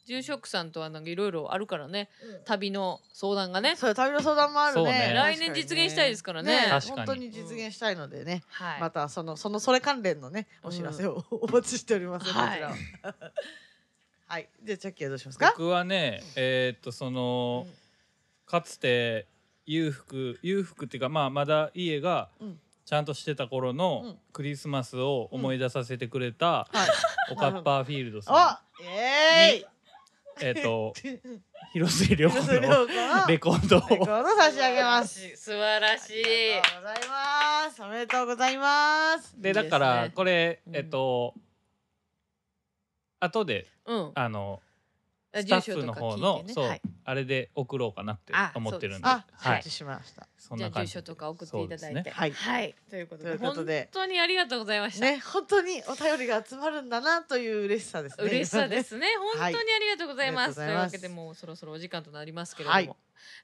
Speaker 3: 住職さんとはなんかいろいろあるからね、
Speaker 2: うん
Speaker 3: 旅の相談がね
Speaker 2: そう旅の相談もある
Speaker 1: そう
Speaker 2: ね
Speaker 1: ね
Speaker 3: 来年実現したいですからね
Speaker 1: 確かに
Speaker 2: 本当に実現したいのでね、
Speaker 3: はい、
Speaker 2: またそのそのそれ関連のねお知らせを お待ちしております、
Speaker 3: はい
Speaker 2: こちらは はいじゃあチャッキーはどうしますか
Speaker 1: 僕はねえーっとその
Speaker 3: うん
Speaker 1: かつて裕福裕福っていうかまあまだ家が
Speaker 2: うん
Speaker 1: ちゃんとしてた頃
Speaker 2: う
Speaker 1: の
Speaker 2: ん
Speaker 1: クリスマスを思い出させてくれた
Speaker 2: はい
Speaker 1: オカッパーフィールドさ
Speaker 2: おイエ
Speaker 1: ん えーっ と
Speaker 2: ーイ
Speaker 1: 広末涼子
Speaker 2: 広末涼
Speaker 1: の
Speaker 2: 子の
Speaker 1: レ
Speaker 2: レ
Speaker 1: コード
Speaker 2: コー
Speaker 1: を
Speaker 2: ド差し上げます
Speaker 3: 素晴らしい
Speaker 2: ありがとうございますおめでとうございます
Speaker 1: でだか
Speaker 3: いい
Speaker 1: ら
Speaker 3: ですね
Speaker 1: これ
Speaker 3: うん
Speaker 1: えーっと後で
Speaker 3: うん
Speaker 1: あの
Speaker 3: あ
Speaker 1: スタッフの方
Speaker 3: 住所とか
Speaker 1: の
Speaker 3: 聞いてね
Speaker 1: そう
Speaker 3: はい
Speaker 1: あれで送ろうかなって
Speaker 3: あ
Speaker 1: 思ってるんでは
Speaker 2: あ、承
Speaker 1: い
Speaker 2: 知しました
Speaker 1: そん
Speaker 3: じゃあ
Speaker 1: な感
Speaker 3: 住
Speaker 1: じ
Speaker 3: 所とか送っていただい
Speaker 1: そう
Speaker 3: て、
Speaker 1: ですね
Speaker 2: はい
Speaker 3: ということ
Speaker 2: とい
Speaker 3: で
Speaker 2: うことで
Speaker 3: 本当にありがとうございました、
Speaker 2: ね、本当にお便りが集まるんだなという嬉しさですね。
Speaker 3: 嬉しさ
Speaker 2: 今
Speaker 3: で
Speaker 2: ね。
Speaker 3: すね。本当にありがとうございます。
Speaker 2: はい
Speaker 3: という
Speaker 2: あり
Speaker 3: わ
Speaker 2: がとうござ
Speaker 3: けで
Speaker 2: います
Speaker 3: もうそろそろお時間となりますけれども、
Speaker 2: はい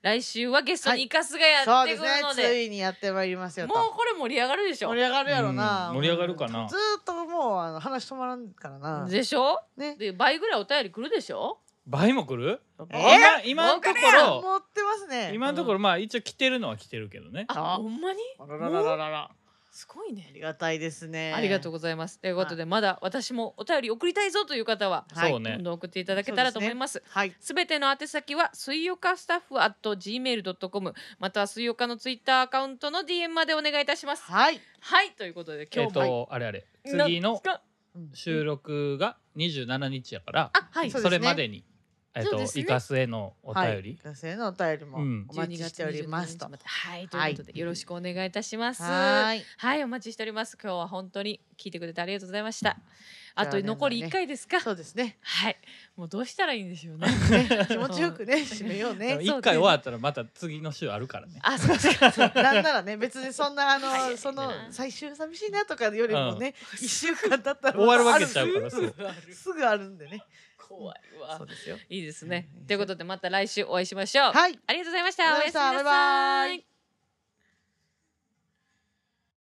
Speaker 3: 来週はゲスト
Speaker 2: はい
Speaker 3: にイカスが や
Speaker 2: そ
Speaker 3: っ
Speaker 2: う
Speaker 3: て
Speaker 2: です
Speaker 3: く
Speaker 2: ね
Speaker 3: るの。で、
Speaker 2: ついにやってまいりますよと。
Speaker 3: もうこれ盛り上がるでしょ
Speaker 2: 盛。り上がるやろな。
Speaker 1: うん盛り上がるかな
Speaker 2: もうずーっともうあの話止まらんからな。
Speaker 3: でしょ
Speaker 2: ね。
Speaker 3: で倍ぐらいお便り来るでしょ
Speaker 1: 倍も来る
Speaker 2: えー
Speaker 1: 今今のところ
Speaker 2: 持ってますね。
Speaker 1: 今のところまあ一応来てるのは来てるけどね。
Speaker 3: あ
Speaker 2: あ
Speaker 3: ほんまに
Speaker 2: あらららららら。あ
Speaker 3: すごいね
Speaker 2: りがたいですね。
Speaker 3: ありがとうございますということでまだ私もお便り送りたいぞという方は
Speaker 2: はい
Speaker 1: そう
Speaker 3: ど
Speaker 1: ね
Speaker 3: ん。どん送っていただけたらと思います
Speaker 2: はい。
Speaker 3: すべての宛先は水岡スタッフ at gmail.com または水岡のツイッターアカウントの DM までお願いいたします
Speaker 2: はい。
Speaker 3: はいということで
Speaker 1: え
Speaker 3: 今
Speaker 1: っ
Speaker 3: 日も
Speaker 1: とあれあれ次の
Speaker 3: なんか
Speaker 2: うん
Speaker 1: 収録が27日やから、
Speaker 3: あはい
Speaker 2: そうですね
Speaker 1: それまでにえっ
Speaker 3: そう
Speaker 1: と
Speaker 3: ですね
Speaker 1: イカスへのお便
Speaker 2: はい
Speaker 1: り、
Speaker 2: 学生のお便りも
Speaker 1: うん
Speaker 2: お待ちしておりますと
Speaker 3: 12。月22日まではい、ということで、よろしくお願いいたします。
Speaker 2: は
Speaker 3: は
Speaker 2: ーい。
Speaker 3: い、お待ちしております。今日は本当に聞いてくれてありがとうございました。あ
Speaker 2: じゃ
Speaker 3: と
Speaker 2: あね
Speaker 3: 残り一回ですか。
Speaker 2: そうですね。
Speaker 3: はい、もうどうしたらいいんでし ょうね。
Speaker 2: ね気持ちよくね締めよう
Speaker 1: で
Speaker 2: ね
Speaker 1: も。
Speaker 3: そう
Speaker 1: 一回終わったらまた次の週ある からね。
Speaker 3: あ、そうですか。
Speaker 2: なんならね別にそんなあの、
Speaker 3: はい
Speaker 2: その最終寂しいなとかよりもね一、週間だったら
Speaker 1: 終わるわけちゃうから
Speaker 2: すぐ
Speaker 1: そ
Speaker 2: すぐあるんでね
Speaker 3: 怖い
Speaker 2: そ
Speaker 3: わ
Speaker 2: う。ですよ
Speaker 3: いいですね。ということで、また来週お会いしましょう。
Speaker 2: はい
Speaker 3: ありがとうございました。お
Speaker 2: あ
Speaker 3: や
Speaker 2: り
Speaker 3: すみ
Speaker 2: がとうございました
Speaker 3: な
Speaker 2: バ
Speaker 3: さ
Speaker 2: イバ
Speaker 3: い
Speaker 2: イ。